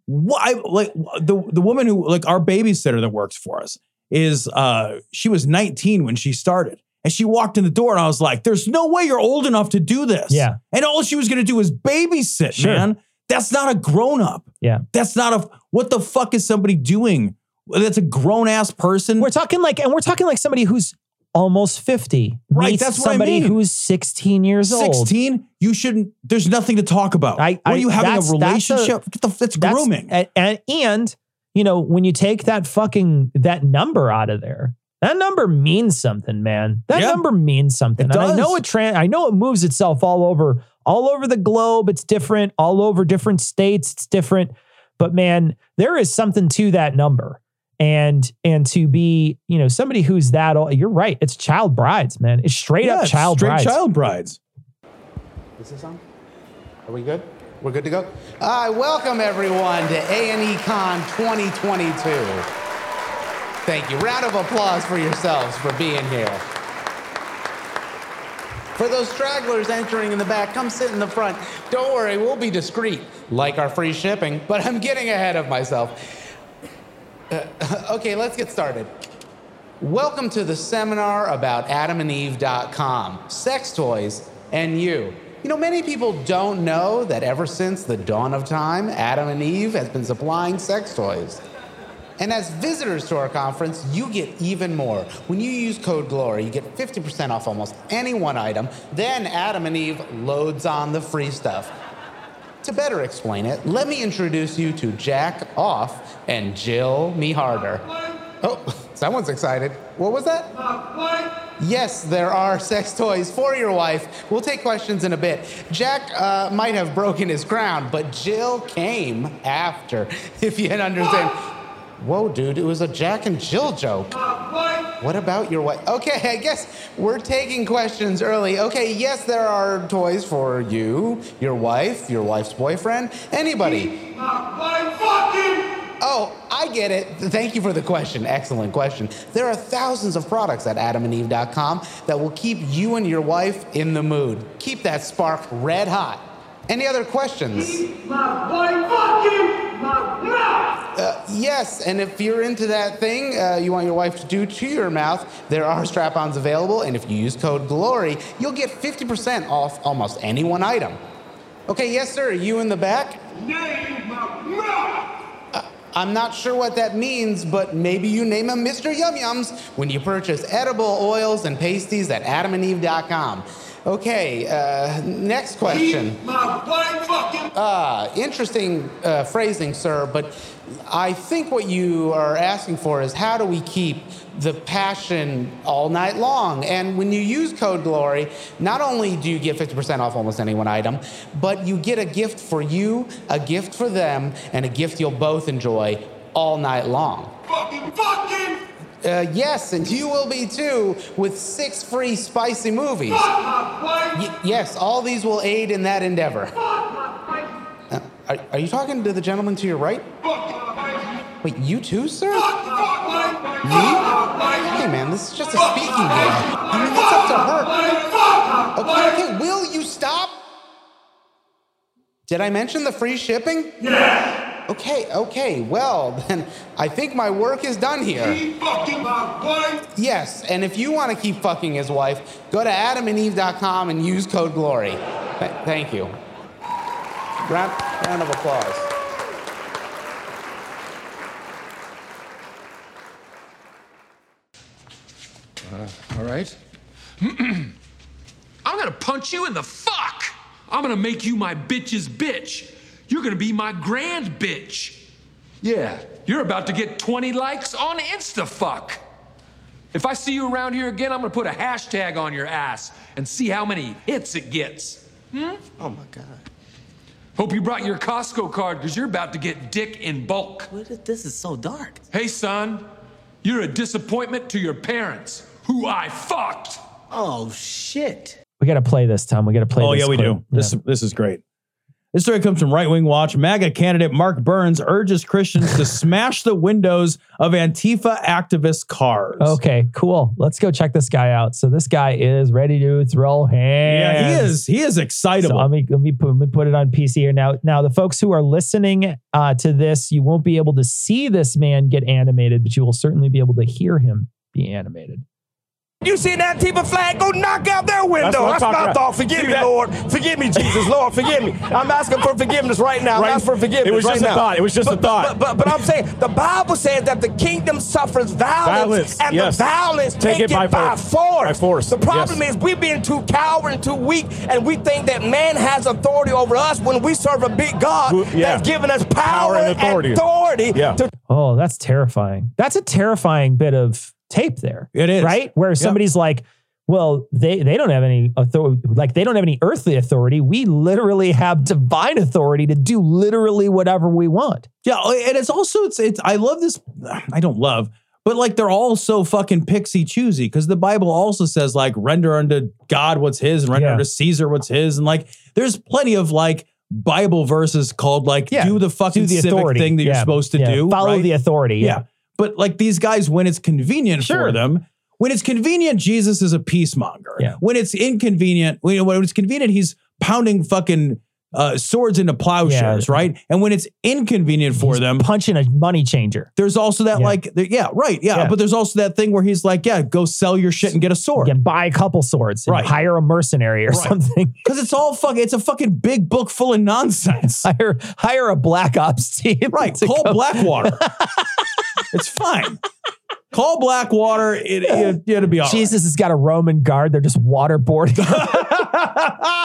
what I like the the woman who like our babysitter that works for us is uh she was 19 when she started. And she walked in the door and I was like, there's no way you're old enough to do this.
Yeah.
And all she was gonna do is babysit,
Sure.
man. That's not a grown up.
Yeah.
That's not a what the fuck is somebody doing? That's a grown ass person.
we're talking like and we're talking like somebody who's almost 50
Right,
meets
that's what I
somebody
mean.
who's 16 years old
16, you shouldn't, there's nothing to talk about.
I-
what are
I-
you having
that's-
a
that's a-
relationship? Get the- That's,
That's-
grooming.
and, and and you know when you take that fucking that number out of there That number means something, man. That
Yeah.
number means something.
It
and I know
does.
it tran- I know it moves itself all over all over the globe. It's different all over different states. It's different. But man, there is something to that number. And and to be, you know, somebody who's that old, you're right. It's child brides, man. It's straight
Yeah,
up child
straight
brides.
child brides.
Is this on? Are we good? We're good to go? All right, welcome everyone to A&E Con 2022. Thank you. Round of applause for yourselves for being here. For those stragglers entering in the back, come sit in the front. Don't worry, we'll be discreet, like our free shipping, but I'm getting ahead of myself. Uh, okay, let's get started. Welcome to the seminar about adamandeve.com, sex toys, and you. You know, many people don't know that ever since the dawn of time, Adam and Eve has been supplying sex toys. And as visitors to our conference, you get even more. When you use code GLORY, you get 50% off almost any one item. Then Adam and Eve loads on the free stuff. To better explain it, let me introduce you to Jack Off and Jill Me Harder. Oh, someone's excited. What was that? Yes, there are sex toys for your wife. We'll take questions in a bit. Jack uh, might have broken his crown, but Jill came after, if you understand. Whoa, dude, it was a Jack and Jill joke. What about your wife? Okay, I guess we're taking questions early. Okay, yes, there are toys for you, your wife, your wife's boyfriend, anybody. Oh, I get it. Thank you for the question. Excellent question. There are thousands of products at adamandeve.com that will keep you and your wife in the mood. Keep that spark red hot. Any other questions? Uh, yes, and if you're into that thing uh, you want your wife to do to your mouth, there are strap ons available, and if you use code GLORY, you'll get 50% off almost any one item. Okay, yes, sir, you in the back? I'm not sure what that means, but maybe you name them Mr. Yum Yums when you purchase edible oils and pasties at adamandeve.com. Okay, uh, next question. Uh, interesting uh, phrasing, sir, but I think what you are asking for is how do we keep the passion all night long? And when you use Code Glory, not only do you get 50% off almost any one item, but you get a gift for you, a gift for them, and a gift you'll both enjoy all night long. Uh, yes, and you will be too with six free spicy movies. Y- yes, all these will aid in that endeavor. Uh, are, are you talking to the gentleman to your right? Wait, you too, sir? Me? Hey, man, this is just a speaking game. I mean, it's up to her. Okay, okay, will you stop? Did I mention the free shipping? Yes. Okay, okay, well, then I think my work is done here. Yes, and if you want to keep fucking his wife, go to adamandeve.com and use code GLORY. Th- thank you. Round, round of applause.
Uh, all right. I'm gonna punch you in the fuck. I'm gonna make you my bitch's bitch. You're gonna be my grand bitch. Yeah, you're about to get 20 likes on InstaFuck. If I see you around here again, I'm gonna put a hashtag on your ass and see how many hits it gets. Hmm? Oh my God. Hope you brought your Costco card because you're about to get dick in bulk. What if this is so dark? Hey, son, you're a disappointment to your parents, who I fucked. Oh, shit.
We got to play this, Tom. We got to play.
oh
this
yeah, we
clip.
do. This this is great. This story comes from Right Wing Watch. MAGA candidate Mark Burns urges Christians to smash the windows of Antifa activists' cars.
Okay, cool. Let's go check this guy out. So this guy is ready to throw hands.
Yeah, he is. He is excitable.
So let me let me put, let me put it on PC here now. Now the folks who are listening uh, to this, you won't be able to see this man get animated, but you will certainly be able to hear him be animated.
You see an Antifa flag? Go knock out their
That's
window. That's
what I'm talking
my
about.
thought. Forgive
See
me,
that?
Lord. Forgive me, Jesus. Lord, forgive me. I'm asking for forgiveness right now.
Right.
I'm asking for forgiveness
It was
right
just a
now.
thought. It was just a
But- But,
thought.
but, but I'm saying the Bible says that the kingdom suffers violence,
Violence,
and
yes.
the violence
Take it by force.
force.
By force,
The problem
yes.
is we're being too coward and too weak, and we think that man has authority over us when we serve a big God
Who- yeah.
that's given us power,
Power and authority.
authority
Yeah.
to
Oh, that's terrifying. That's a terrifying bit of tape there.
It is.
Right? Where somebody's like, well, they, they don't have any authority, like they don't have any earthly authority. We literally have divine authority to do literally whatever we want.
Yeah, and it's also it's it's I love this I don't love, but like they're all so fucking pixie choosy because the Bible also says like render unto God what's his and render
Yeah.
unto Caesar what's his and like there's plenty of like Bible verses called like do the fucking
Do the
civic
authority.
thing that you're
Yeah.
supposed to
Yeah.
do
Follow
right?
the authority. Yeah.
But like these guys, when it's convenient for them, when it's convenient, Jesus is a peacemonger.
Yeah.
When it's inconvenient, when when it's convenient, he's pounding fucking uh, swords into plowshares, right? And when it's inconvenient for them,
punching a money changer.
There's also that like, the- yeah, right, yeah,
Yeah.
But there's also that thing where he's like, yeah, go sell your shit and get a sword.
And buy a couple swords and
Right.
hire a mercenary or something.
Because it's all fucking, it's a fucking big book full of nonsense.
hire hire a black ops team.
Right. Call Blackwater. it's fine. Call Blackwater. It, it, it'll be all right.
Jesus has got a Roman guard. They're just waterboarding.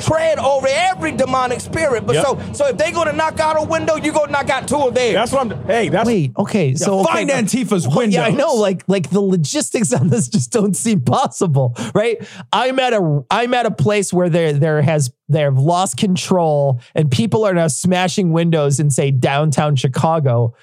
tread over every demonic spirit. But
Yep.
so so if they gonna knock out a window, you go knock out two of theirs. That's what I'm hey, that's
Wait, okay, so okay,
find
now-
Antifa's
Well, Yeah, I
windows.
know. Like, like the logistics on this just don't seem possible, right? I'm at a I'm at a place where there there has they have lost control, and people are now smashing windows in say downtown Chicago.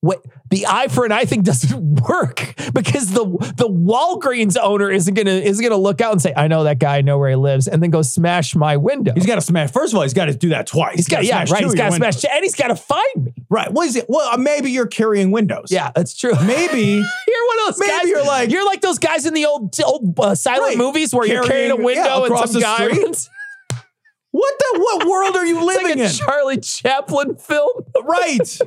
What the eye for an eye thing doesn't work because the the Walgreens owner isn't gonna is gonna look out and say, I know that guy, I know where he lives, and then go smash my window.
He's got to smash. First of all, he's got to do that twice.
He's got
Gotta
yeah
smash
right.
two
He's
of your
got to smash,
windows.
and he's got to find me.
Right. What is it? Well, uh, maybe you're carrying windows.
Yeah, that's true.
Maybe.
You're one of those
Maybe
guys.
you're like-
you're like those guys in the old old uh, silent
Right.
movies where
Carrying-
you're carrying a window
yeah,
and
across the
some guy.
street.
runs-
What the? What world are you
It's like
living
a
in?
Charlie Chaplin film.
right.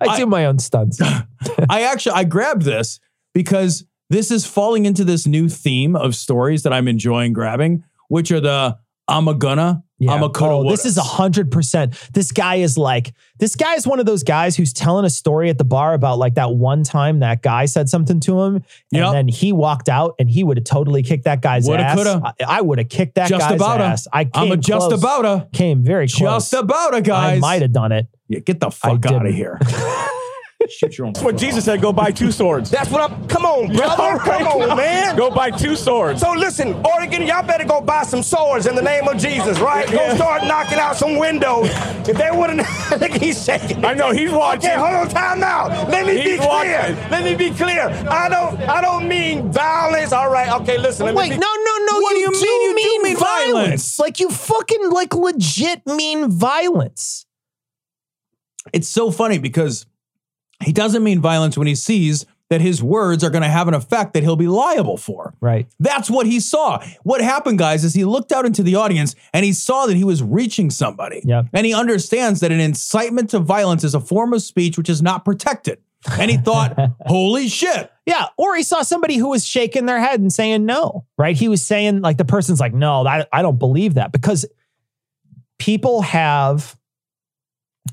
I, do my own stunts.
I actually I grabbed this because this is falling into this new theme of stories that I'm enjoying grabbing, which are the I'm a gonna, I'm a cuddle.
Oh, this is a hundred percent. This guy is like, this guy is one of those guys who's telling a story at the bar about like that one time that guy said something to him, and
Yep.
then he walked out, and he would have totally kicked that guy's
Woulda,
ass.
coulda.
I, would have kicked that
Just
guy's
about 'em.
ass. I
I'm
came
a just
close.
about 'a.
Came very close.
just about a
I
guys.
might have done it.
Yeah, get the fuck out
didn't.
of here. Shoot your own.
That's what Jesus said, go buy two swords. That's what I'm come on, Yeah, brother. all right, come on, now. man.
Go buy two swords.
So listen, Oregon, y'all better go buy some swords in the name of Jesus, right? Go start knocking out some windows. If they wouldn't, look, he's shaking. I know he's watching. Okay, hold on, time out. Let me be
He's
clear.
watching.
Let me be clear. I don't, I don't mean violence. All right, okay, listen. Let
Wait,
me
no,
be,
no, no.
What do you mean you do mean violence?
Like you fucking like legit mean violence.
It's so funny because he doesn't mean violence when he sees that his words are going to have an effect that he'll be liable for.
Right.
That's what he saw. What happened, guys, is he looked out into the audience and he saw that he was reaching somebody.
Yep.
And he understands that an incitement to violence is a form of speech which is not protected. And he thought, holy shit.
Yeah. Or he saw somebody who was shaking their head and saying no. Right. He was saying like the person's like, no, I, I don't believe that because people have,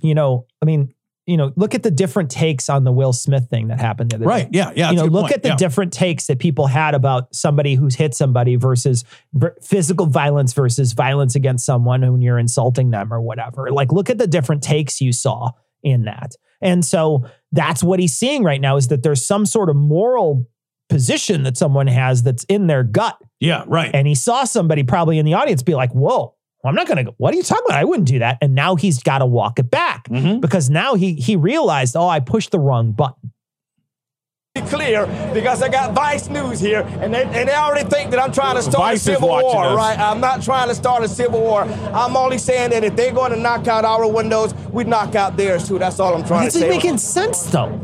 you know, I mean, you know, look at the different takes on the Will Smith thing that happened the other
Right.
day.
Yeah. Yeah. that's
you know,
a good
look
point.
at the
Yeah.
different takes that people had about somebody who's hit somebody versus v- physical violence versus violence against someone when you're insulting them or whatever. Like, look at the different takes you saw in that. And so that's what he's seeing right now is that there's some sort of moral position that someone has that's in their gut.
Yeah. Right.
And he saw somebody probably in the audience be like, whoa. I'm not gonna go. What are you talking about? I wouldn't do that. And now he's got to walk it back
Mm-hmm.
because now he he realized, oh, I pushed the wrong button.
be clear because I got Vice News here, and they, and they already think that I'm trying to start
Vice is
a civil
watching
war,
us.
right? I'm not trying to start a civil war. I'm only saying that if they're going to knock out our windows, we knock out theirs too. That's all I'm trying
That's
to say.
making sense though.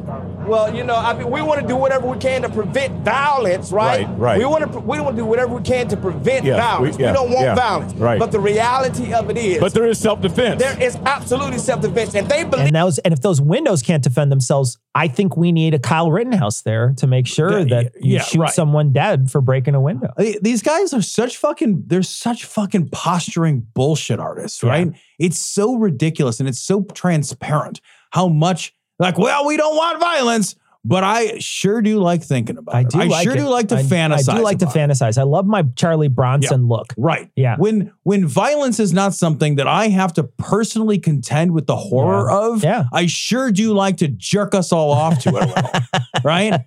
Well, you know, I mean, we want to do whatever we can to prevent violence, right?
Right, right.
We want to we want to do whatever we can to prevent
Yes, we-
violence. We,
yeah,
don't want
yeah,
violence.
right.
But the reality of it is,
But there is self-defense.
there is absolutely self-defense, and they believe.
And those, and if those windows can't defend themselves, I think we need a Kyle Rittenhouse there to make sure
Yeah,
that you
yeah,
shoot
right.
someone dead for breaking a window.
They- These guys are such fucking, they're such fucking posturing bullshit artists, right? It's so ridiculous and it's so transparent how much, like, well, we don't want violence, But I sure do like thinking about
I
it.
do.
I
like
sure
it.
do like to
I-
fantasize.
I do like to
about it.
fantasize. I love my Charlie Bronson look.
Right.
Yeah.
When when violence is not something that I have to personally contend with the horror
Yeah.
of,
Yeah.
I sure do like to jerk us all off to it. a little, right?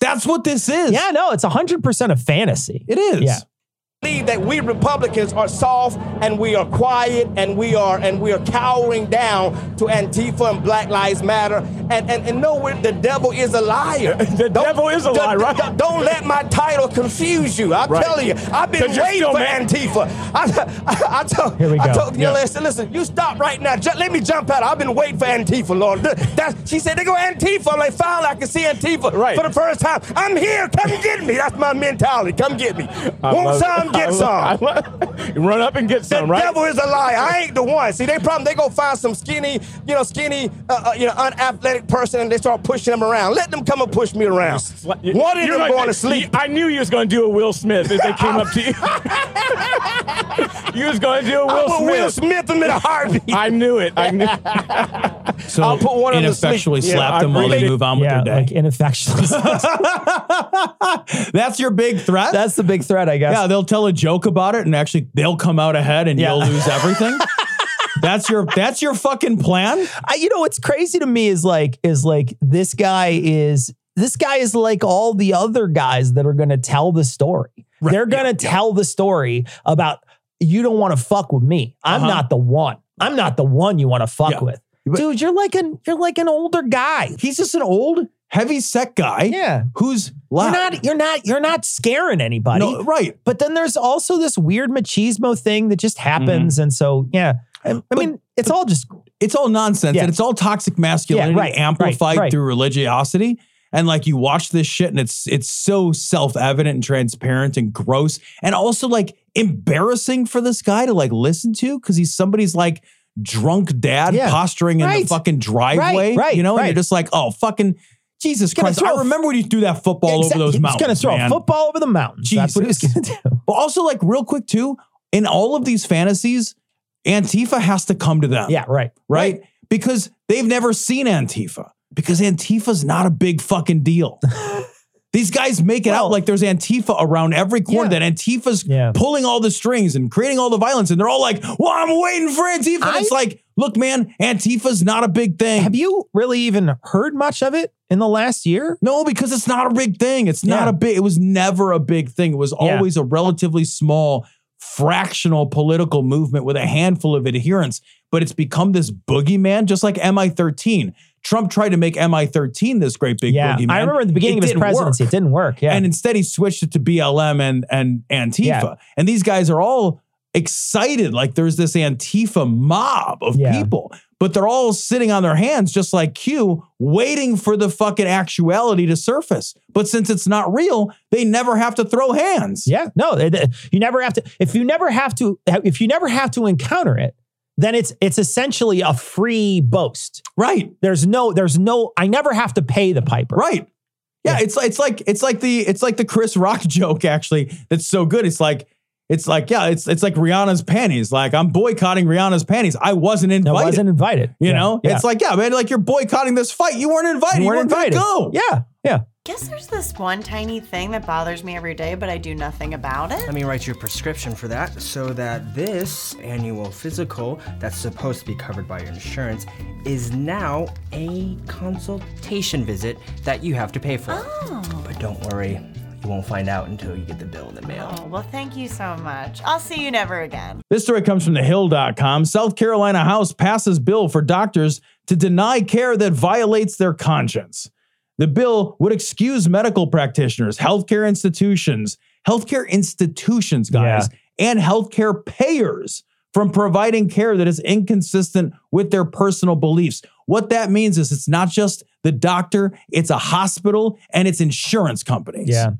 That's what this is.
Yeah, no, it's hundred percent a fantasy.
It is.
Yeah.
believe that we Republicans are soft and we are quiet and we are and we are cowering down to Antifa and Black Lives Matter and and, and know where the devil is a liar.
The devil is a
Don't-
lie, right?
don't- Don't let my title confuse you. I'm
Right.
telling you, I've been
'Cause you're
waiting
still
for
mad.
Antifa. I, I, I told,
Here we
I
go.
told
Yeah.
Yolanda, I said, listen, you stop right now. Ju- let me jump out. I've been waiting for Antifa, Lord. Th- That's, she said, they go Antifa. I'm like, finally, I can see Antifa
Right.
for the first time. I'm here. Come get me. That's my mentality. Come get me.
I
Want
love-
some,
I
get
love-
some.
I love- Run up and get some, right?
The devil is a liar. I ain't the one. See, they problem. They go find some skinny, you know, skinny, uh, uh, you know, unathletic person, and they start pushing them around. Let them come and push me around.
What
One of them going to sleep.
I knew you was going to do a Will Smith if they came up to you. you was going to do a
I
Will
put
Smith.
Will Smith in a heartbeat.
I knew it. I knew.
So
I'll put one of them to sleep.
ineffectually
Yeah,
slap
I
them while they
really-
move on with
yeah,
their day.
like ineffectual.
That's your big threat.
That's the big threat, I guess.
yeah, they'll tell a joke about it and actually they'll come out ahead and
Yeah.
you'll lose everything. that's your that's your fucking plan?
I, you know what's crazy to me is like is like this guy is this guy is like all the other guys that are going to tell the story. They're going to tell the story about you don't want to fuck with me. I'm
Uh-huh.
not the one. I'm not the one you want to fuck
Yeah.
with.
But-
Dude, you're like an you're like an older guy.
He's just an old heavy set guy
Yeah.
who's loud.
You're not you're not you're not scaring anybody.
No, right.
But then there's also this weird machismo thing that just happens and so yeah. I, I
Mm-hmm. But-
mean, it's all just
It's all nonsense
Yeah.
and it's all toxic masculinity
Yeah, right, right,
amplified
right.
through religiosity. And like you watch this shit and it's it's so self-evident and transparent and gross and also like embarrassing for this guy to like listen to because he's somebody's like drunk dad
Yeah.
posturing in
Right.
the fucking driveway.
right,
you know, and
right.
you're just like, oh fucking Jesus
gonna
Christ.
throw
I
a-
remember when you threw that football
Exact-
over those mountains.
He's going to throw
man.
a football over the mountains. That's what he was
Jesus.
going to do.
But also, like, real quick, too, in all of these fantasies, Antifa has to come to them.
Yeah, right.
Right? Because they've never seen Antifa. Because Antifa's not a big fucking deal. These guys make it out
Well-
like there's Antifa around every corner,
Yeah.
that Antifa's
Yeah.
pulling all the strings and creating all the violence. And they're all like, well, I'm waiting for Antifa. And
I-
it's like, look, man, Antifa's not a big thing.
Have you really even heard much of it in the last year?
No, because it's not a big thing. It's not
Yeah.
a big, it was never a big thing. It was
Yeah.
always a relatively small, fractional political movement with a handful of adherents. But it's become this boogeyman, just like MI 13. Trump tried to make MI 13 this great big
yeah,
boogeyman.
I remember at the beginning
It
of his
didn't work.
presidency, it didn't work. Yeah,
And instead, he switched it to BLM and, and Antifa.
Yeah.
And these guys are all excited. Like there's this Antifa mob of
Yeah.
people, but they're all sitting on their hands, just like Q, waiting for the fucking actuality to surface. But since it's not real, they never have to throw hands.
yeah, no, it- it- you never have to. If you never have to, if you never have to encounter it, then it's it's essentially a free boast.
Right.
There's no, there's no. I never have to pay the piper.
Right. Yeah, it's it's like it's like the it's like the Chris Rock joke actually that's so good. It's like it's like yeah, it's it's like Rihanna's panties. Like I'm boycotting Rihanna's panties. I wasn't
I
invited.
wasn't invited.
You
Yeah,
know,
yeah.
it's like, yeah, man, like you're boycotting this fight. You weren't invited. You
You
weren't,
weren't
invited. Go.
yeah, yeah.
Guess there's this one tiny thing that bothers me every day, but I do nothing about it.
Let me write you a prescription for that so that this annual physical that's supposed to be covered by your insurance is now a consultation visit that you have to pay for. But don't worry, you won't find out until you get the bill in the mail.
Oh, well, thank you so much. I'll see you never again.
This story comes from thehill.com. South Carolina House passes bill for doctors to deny care that violates their conscience. The bill would excuse medical practitioners, healthcare institutions, healthcare institutions, guys, and healthcare payers from providing care that is inconsistent with their personal beliefs. What that means is it's not just the doctor, it's a hospital and it's insurance companies.
Yeah.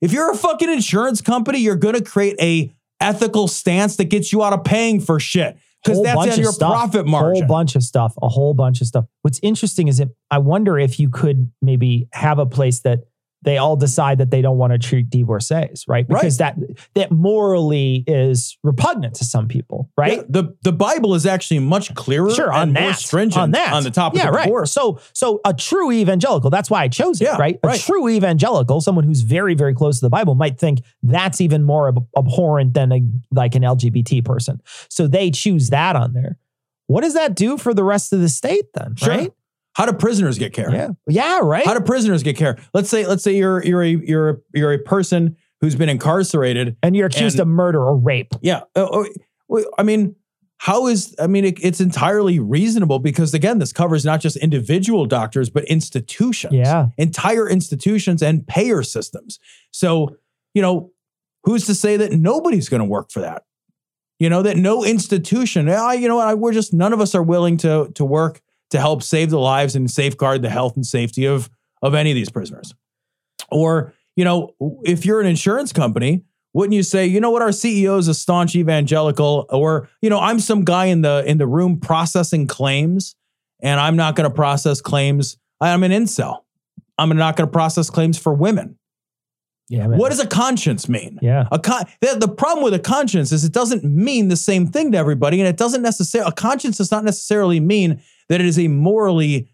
If you're a fucking insurance company, you're going to create a ethical stance that gets you out of paying for shit because
Whole
that's
bunch
on
of
your
stuff.
profit
Whole
margin.
bunch of stuff. A whole bunch of stuff. What's interesting is it. I wonder if you could maybe have a place that they all decide that they don't want to treat divorcees, right? Because that that morally is repugnant to some people, right?
Yeah, the the Bible is actually much clearer
sure, on
and
that,
more stringent
on that,
the topic
yeah,
of
right.
divorce.
So, so a true evangelical. That's why I chose it, right? A true evangelical, someone who's very, very close to the Bible, might think that's even more ab- abhorrent than a like an LGBT person. So they choose that on there. What does that do for the rest of the state then?
Sure.
Right?
How do prisoners get care?
Yeah. Yeah. Right.
How do prisoners get care? Let's say let's say you're you're a you're a, you're a person who's been incarcerated
and you're accused of murder or rape.
Yeah. Uh, uh, I mean, how is I mean it, it's entirely reasonable because again, this covers not just individual doctors but institutions.
Yeah.
Entire institutions and payer systems. So, you know, who's to say that nobody's going to work for that? You know that no institution, "Ah, you know what, I, we're just none of us are willing to to work to help save the lives and safeguard the health and safety of of any of these prisoners. Or, you know, if you're an insurance company, wouldn't you say, you know what, our CEO is a staunch evangelical, or you know, I'm some guy in the in the room processing claims, and I'm not going to process claims. I'm an incel. I'm not going to process claims for women.
Yeah.
What does a conscience mean?
Yeah.
A con- the, the problem with a conscience is it doesn't mean the same thing to everybody, and it doesn't necessarily a conscience does not necessarily mean that it is a morally,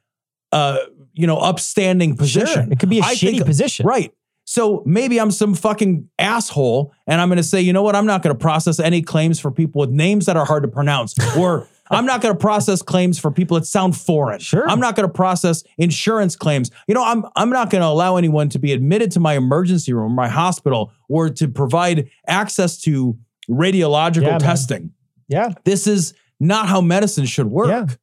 uh, you know, upstanding position.
It could be a
a
shitty position.
right? So maybe I'm some fucking asshole, and I'm going to say, you know what? I'm not going to process any claims for people with names that are hard to pronounce, or I'm not going to process claims for people that sound foreign. Sure. I'm not going to process insurance claims. You know, I'm I'm not going to allow anyone to be admitted to my emergency room, my hospital, or to provide access to radiological
Yeah, man.
testing.
Yeah.
This is not how medicine should work.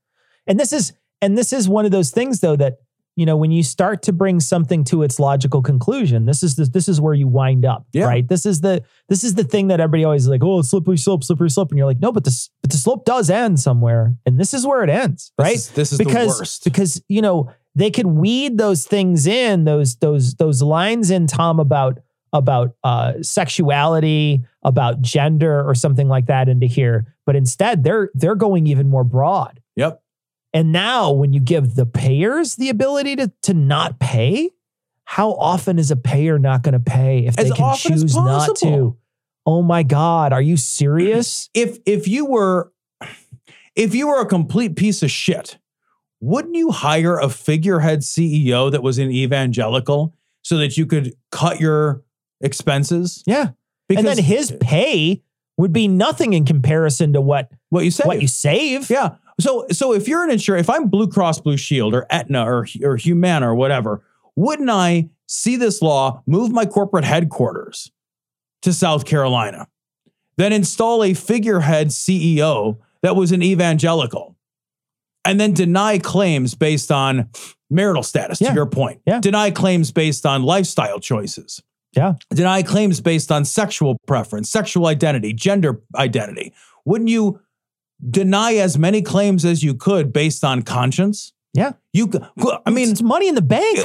And this is and this is one of those things though that you know when you start to bring something to its logical conclusion, this is the, this is where you wind up, right? This is the this is the thing that everybody always is like, oh, it's slippery slope, slippery slope, and you're like, no, but this but the slope does end somewhere, and this is where it ends, right?
is- this is the
because
worst.
because you know they could weed those things in those those those lines in Tom about about uh, sexuality, about gender, or something like that into here, but instead they're they're going even more broad.
Yep.
And now when you give the payers the ability to, to not pay, how often is a payer not going to pay if
As
they can
often as
choose not to?
possible.
Oh my God, are you serious?
If if you were if you were a complete piece of shit, wouldn't you hire a figurehead CEO that was an evangelical so that you could cut your expenses?
Yeah.
Because
and then his pay would be nothing in comparison to what
what you save.
What you save?
Yeah. So so if you're an insurer, if I'm Blue Cross Blue Shield or Aetna or or Humana or whatever, wouldn't I see this law move my corporate headquarters to South Carolina, then install a figurehead CEO that was an evangelical, and then deny claims based on marital status? To your point, yeah. Deny claims based on lifestyle choices.
Yeah.
Deny claims based on sexual preference, sexual identity, gender identity. Wouldn't you deny as many claims as you could based on conscience?
Yeah.
You c- I mean
it's money in the bank.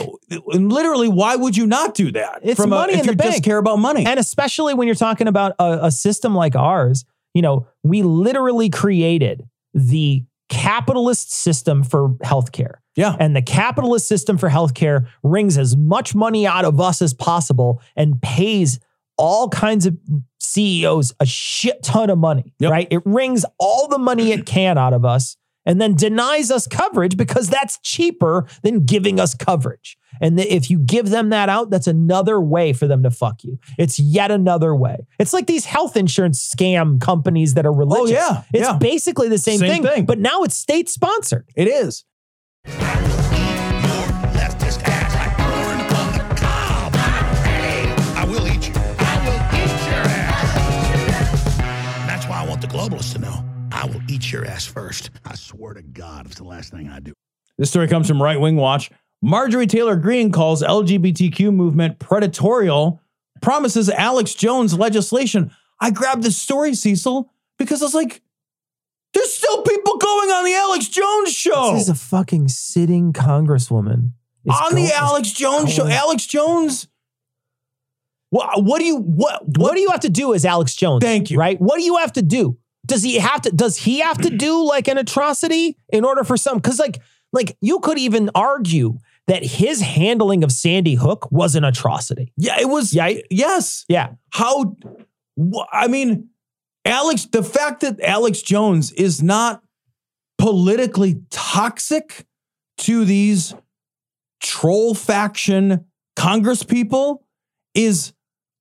And literally why would you not do that?
It's
From a-
money
if
in the
you
bank.
just care about money.
And especially when you're talking about a, a system like ours, you know, we literally created the capitalist system for healthcare.
Yeah.
And the capitalist system for healthcare wrings as much money out of us as possible and pays all kinds of CEOs a shit ton of money, right? It wrings all the money it can out of us and then denies us coverage because that's cheaper than giving us coverage. And th- if you give them that out, that's another way for them to fuck you. It's yet another way. It's like these health insurance scam companies that are religious.
Oh, yeah,
It's
yeah.
basically the same,
Same
thing,
thing.
but now it's state sponsored.
It is.
I will eat you. I will eat your ass. That's why I want the globalists to know. I will eat your ass first. I swear to God, if it's the last thing I do.
This story comes from Right Wing Watch. Marjorie Taylor Greene calls LGBTQ movement predatorial, promises Alex Jones legislation. I grabbed this story, Cecil, because I was like, there's still people going on the Alex Jones show.
This is a fucking sitting congresswoman. is
on
go-
the Alex Jones show.
going-
Alex Jones. What, what do you what,
what do you have to do as Alex Jones? Thank you. Right? What do you have to do? Does he have to does he have to do like an atrocity in order for some cuz like like you could even argue that his handling of Sandy Hook was an atrocity.
Yeah, it was.
Yeah,
yes.
Yeah.
How? wh- I mean, Alex. The fact that Alex Jones is not politically toxic to these troll faction Congress people is.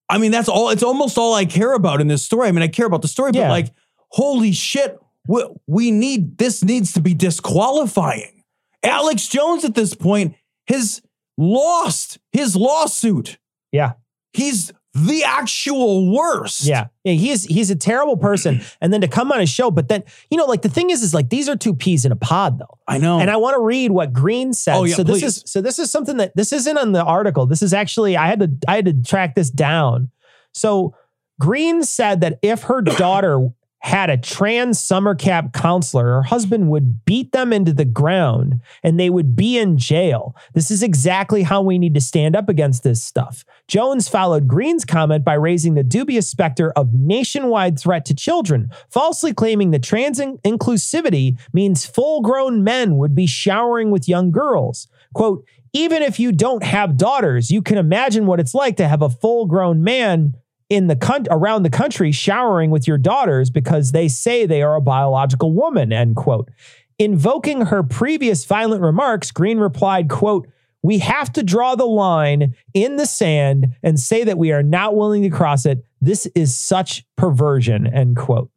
I mean, that's all. It's almost all I care about in this story. I mean, I care about the story, but like, holy shit, we, we need this needs to be disqualifying. Alex Jones at this point has lost his lawsuit.
Yeah.
He's the actual worst.
Yeah. yeah he's he's a terrible person. And then to come on his show, but then, you know, like the thing is, is like these are two peas in a pod though.
I know.
And I want to read what Green said.
Oh, yeah,
so this
please.
is so this is something that this isn't on the article. This is actually I had to I had to track this down. So Green said that if her daughter had a trans summer camp counselor, her husband would beat them into the ground and they would be in jail. This is exactly how we need to stand up against this stuff. Jones followed Green's comment by raising the dubious specter of nationwide threat to children, falsely claiming that trans in- inclusivity means full grown men would be showering with young girls. Quote, even if you don't have daughters, you can imagine what it's like to have a full grown man in the coun- around the country showering with your daughters because they say they are a biological woman end quote invoking her previous violent remarks green replied quote we have to draw the line in the sand and say that we are not willing to cross it this is such perversion end quote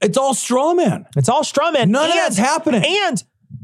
it's all straw man
it's all straw man
None of that's happening.
and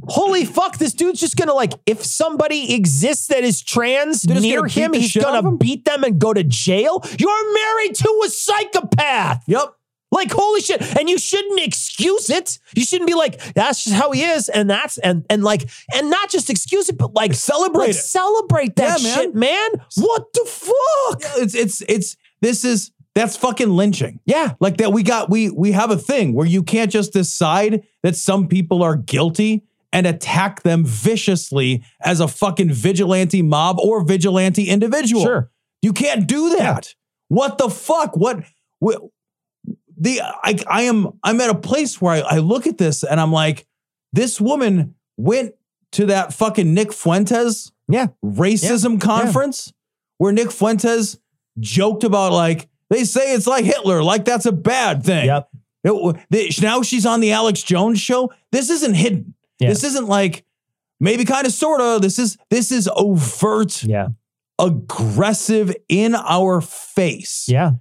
holy fuck this dude's just gonna like if somebody exists that is trans
They're just
near
gonna beat
him
the
he's
shit out
gonna
of him?
beat them and go to jail you're married to a psychopath
Yep.
like holy shit and you shouldn't excuse it you shouldn't be like that's just how he is and that's and and like and not just excuse it but like
Celebrate
like,
it.
celebrate that
Yeah, man.
shit man what the fuck
Yeah, it's it's it's this is that's fucking lynching.
Yeah.
Like that we got we we have a thing where you can't just decide that some people are guilty and attack them viciously as a fucking vigilante mob or vigilante individual.
Sure.
You can't do that. What the fuck? What, what the I I am I'm at a place where I, I look at this and I'm like, this woman went to that fucking Nick Fuentes
yeah
racism conference where Nick Fuentes joked about like they say it's like Hitler, like that's a bad thing.
Yep.
It w- the- now she's on the Alex Jones show. This isn't hidden.
Yeah.
This isn't like maybe kind of sort of. This is this is overt,
yeah
aggressive in our face.
yeah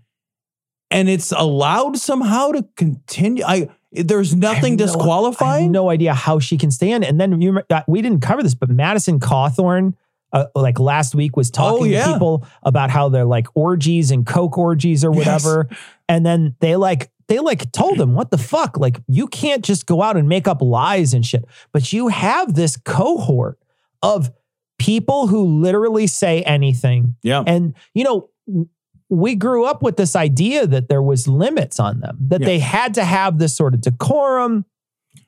And it's allowed somehow to continue. I there's
I have
nothing
no- I have
disqualifying.
no idea how she can stand. And then you, uh, we didn't cover this, but Madison Cawthorn, uh, like last week, was talking
yeah.
to people about how they're like orgies and coke orgies or whatever. And then they like they like told him, "What the fuck? Like you can't just go out and make up lies and shit." But you have this cohort of people who literally say anything.
Yeah.
And you know, w- we grew up with this idea that there was limits on them, that
Yeah.
they had to have this sort of decorum,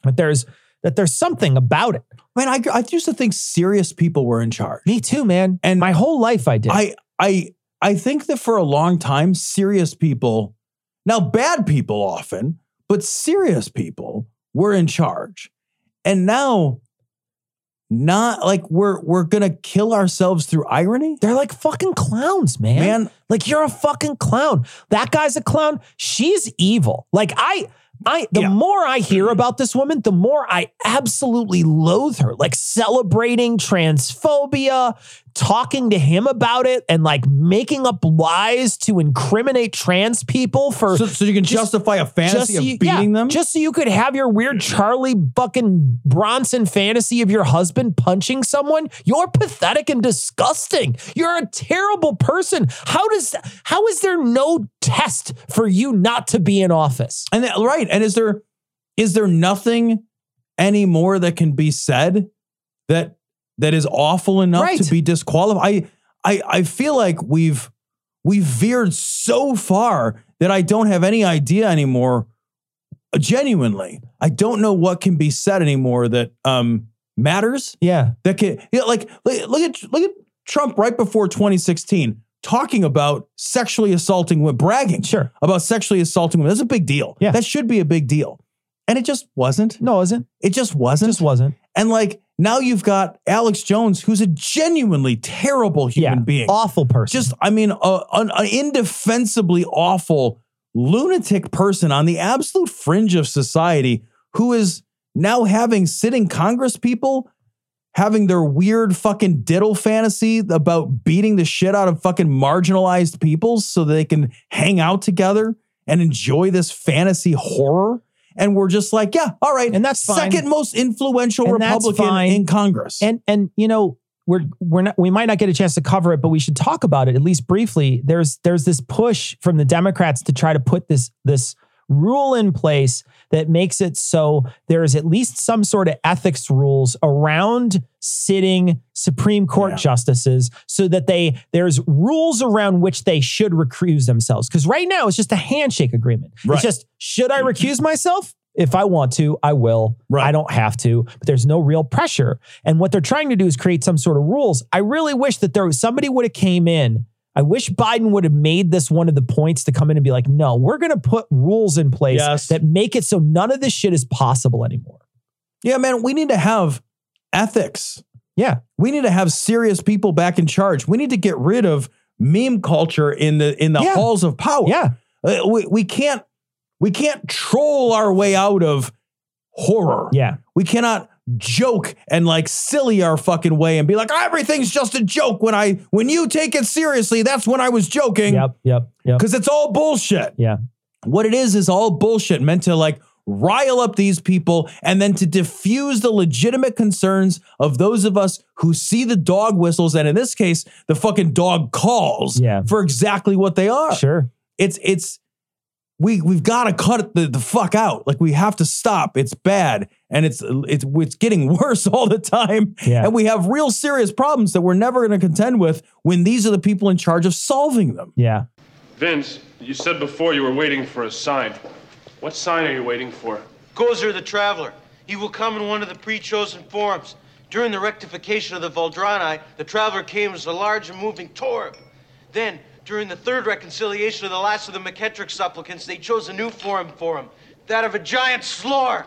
that there's that there's something about it.
Man, I, I used to think serious people were in charge.
Me too, man.
And
my whole life I did.
I I I think that for a long time, serious people, now bad people often, but serious people were in charge. And now not like we're we're gonna kill ourselves through irony.
they're like fucking clowns, man.
Man.
Like you're a fucking clown. That guy's a clown. She's evil. Like I I the
Yeah. Mm-hmm.
more I hear about this woman, the more I absolutely loathe her. Like celebrating transphobia, talking to him about it and like making up lies to incriminate trans people for
So, so you can justify a fantasy
so
of
you-
beating
yeah,
them?
Just so you could have your weird Charlie fucking Bronson fantasy of your husband punching someone. You're pathetic and disgusting. You're a terrible person. How does how is there no test for you not to be in office?
and that, right. And is there is there nothing anymore that can be said that that is awful enough
Right.
to be disqualified? I, I I feel like we've we've veered so far that I don't have any idea anymore. Genuinely, I don't know what can be said anymore that um matters
Yeah.
that can yeah, like look look at look at Trump right before 2016 talking about sexually assaulting women, bragging
Sure.
about sexually assaulting women. That's a big deal.
Yeah.
That should be a big deal. And it just wasn't.
No, it wasn't.
It just wasn't.
Just wasn't.
And like now you've got Alex Jones, who's a genuinely terrible human being,
awful person.
Just I mean, a, an, an indefensibly awful lunatic person on the absolute fringe of society, who is now having sitting Congress people having their weird fucking diddle fantasy about beating the shit out of fucking marginalized people so they can hang out together and enjoy this fantasy horror. And we're just like, yeah, all right. And that's
fine.
second most influential Republican in Congress.
And and you know, we're we're not we might not get a chance to cover it, but we should talk about it at least briefly. There's there's this push from the Democrats to try to put this this rule in place that makes it so there is at least some sort of ethics rules around sitting Supreme Court justices so that they there's rules around which they should recuse themselves. Because right now it's just a handshake agreement.
Right.
It's just should I recuse myself? If I want to, I will. I don't have to, but there's no real pressure. And what they're trying to do is create some sort of rules. I really wish that there was somebody would have came in. I wish Biden would have made this one of the points to come in and be like, no, we're going to put rules in place that make it so none of this shit is possible anymore.
Yeah, man, we need to have ethics.
Yeah.
We need to have serious people back in charge. We need to get rid of meme culture in the in the
Yeah.
halls of power.
Yeah.
Uh, we, we can't we can't troll our way out of horror.
Yeah.
We cannot joke and like silly our fucking way and be like everything's just a joke when I when you take it seriously, that's when I was joking.
Yep, yep, yep.
Cuz it's all bullshit.
Yeah.
What it is is all bullshit meant to like rile up these people and then to diffuse the legitimate concerns of those of us who see the dog whistles and in this case the fucking dog calls
Yeah.
for exactly what they are.
Sure.
It's it's we we've got to cut the, the fuck out. Like we have to stop. It's bad and it's it's it's getting worse all the time.
Yeah.
And we have real serious problems that we're never going to contend with when these are the people in charge of solving them.
Yeah.
Vince, you said before you were waiting for a sign. What sign are you waiting for?
Gozer the Traveler. He will come in one of the pre-chosen forms. During the rectification of the Valdrani, the Traveler came as a large and moving torb. Then, during the third reconciliation of the last of the McKettrick supplicants, they chose a new form for him, that of a giant slore.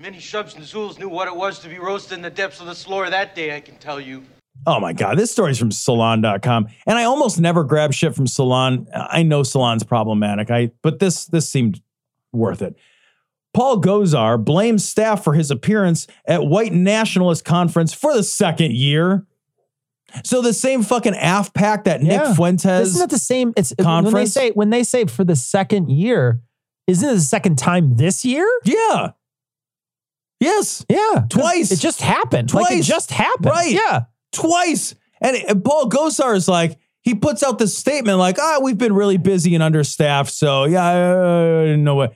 Many Shubs and Zuls knew what it was to be roasted in the depths of the slore that day, I can tell you.
Oh my God, this story's from salon.com. And I almost never grab shit from salon. I know salon's problematic. I but this this seemed worth it. Paul Gozar blames staff for his appearance at white nationalist conference for the second year. So the same fucking AFPAC that
Yeah.
Nick Fuentes
Isn't that the same? It's when they
conference?
say when they say for the second year, isn't it the second time this year?
Yeah. Yes.
Yeah.
Twice.
It just happened.
Twice.
Like it just happened.
Right.
Yeah.
Twice. And, and Paul Gosar is like, he puts out this statement like, ah, we've been really busy and understaffed. So yeah, I, I didn't know what.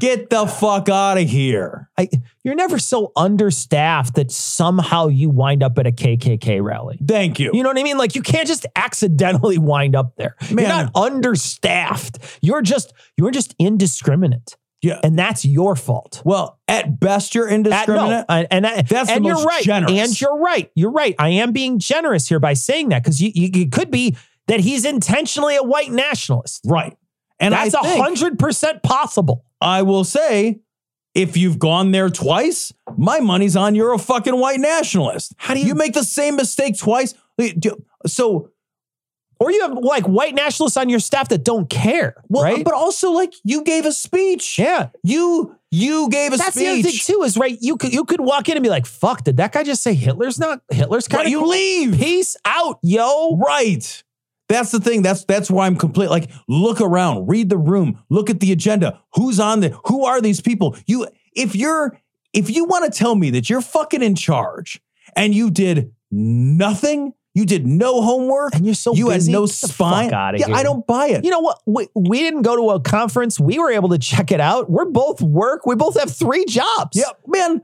Get the fuck out of here.
I, you're never so understaffed that somehow you wind up at a KKK rally.
Thank you.
You know what I mean? Like you can't just accidentally wind up there. You're not understaffed. You're just you're just indiscriminate.
Yeah.
And that's your fault.
Well, at best you're
At- no,
indiscriminate.
and and, I-
That's the
and you're
most
right.
generous.
And you're right. You're right. I am being generous here by saying that because you, you it could be that he's intentionally a white nationalist.
right. And
that's
I
a
think-
hundred percent possible.
I will say, if you've gone there twice, my money's on you're a fucking white nationalist. How do you, you make the same mistake twice? So
Or you have like white nationalists on your staff that don't care.
Well,
right?
but also like you gave a speech.
Yeah.
You you gave a
That's
speech.
the other thing too, is right. You could you could walk in and be like, "Fuck, did that guy just say Hitler's not Hitler's kind
Right,
of
you leave.
Peace out, yo.
Right. That's the thing. That's that's why I'm complete. Like, look around, read the room, look at the agenda. Who's on there? Who are these people? You if you're if you want to tell me that you're fucking in charge and you did nothing, you did no homework, and
you're so
you
busy,
had no
get the fuck
spine.
outta
yeah,
here.
I don't buy it.
You know what? We, we didn't go to a conference. We were able to check it out. We're both work. We both have three jobs.
yeah, man.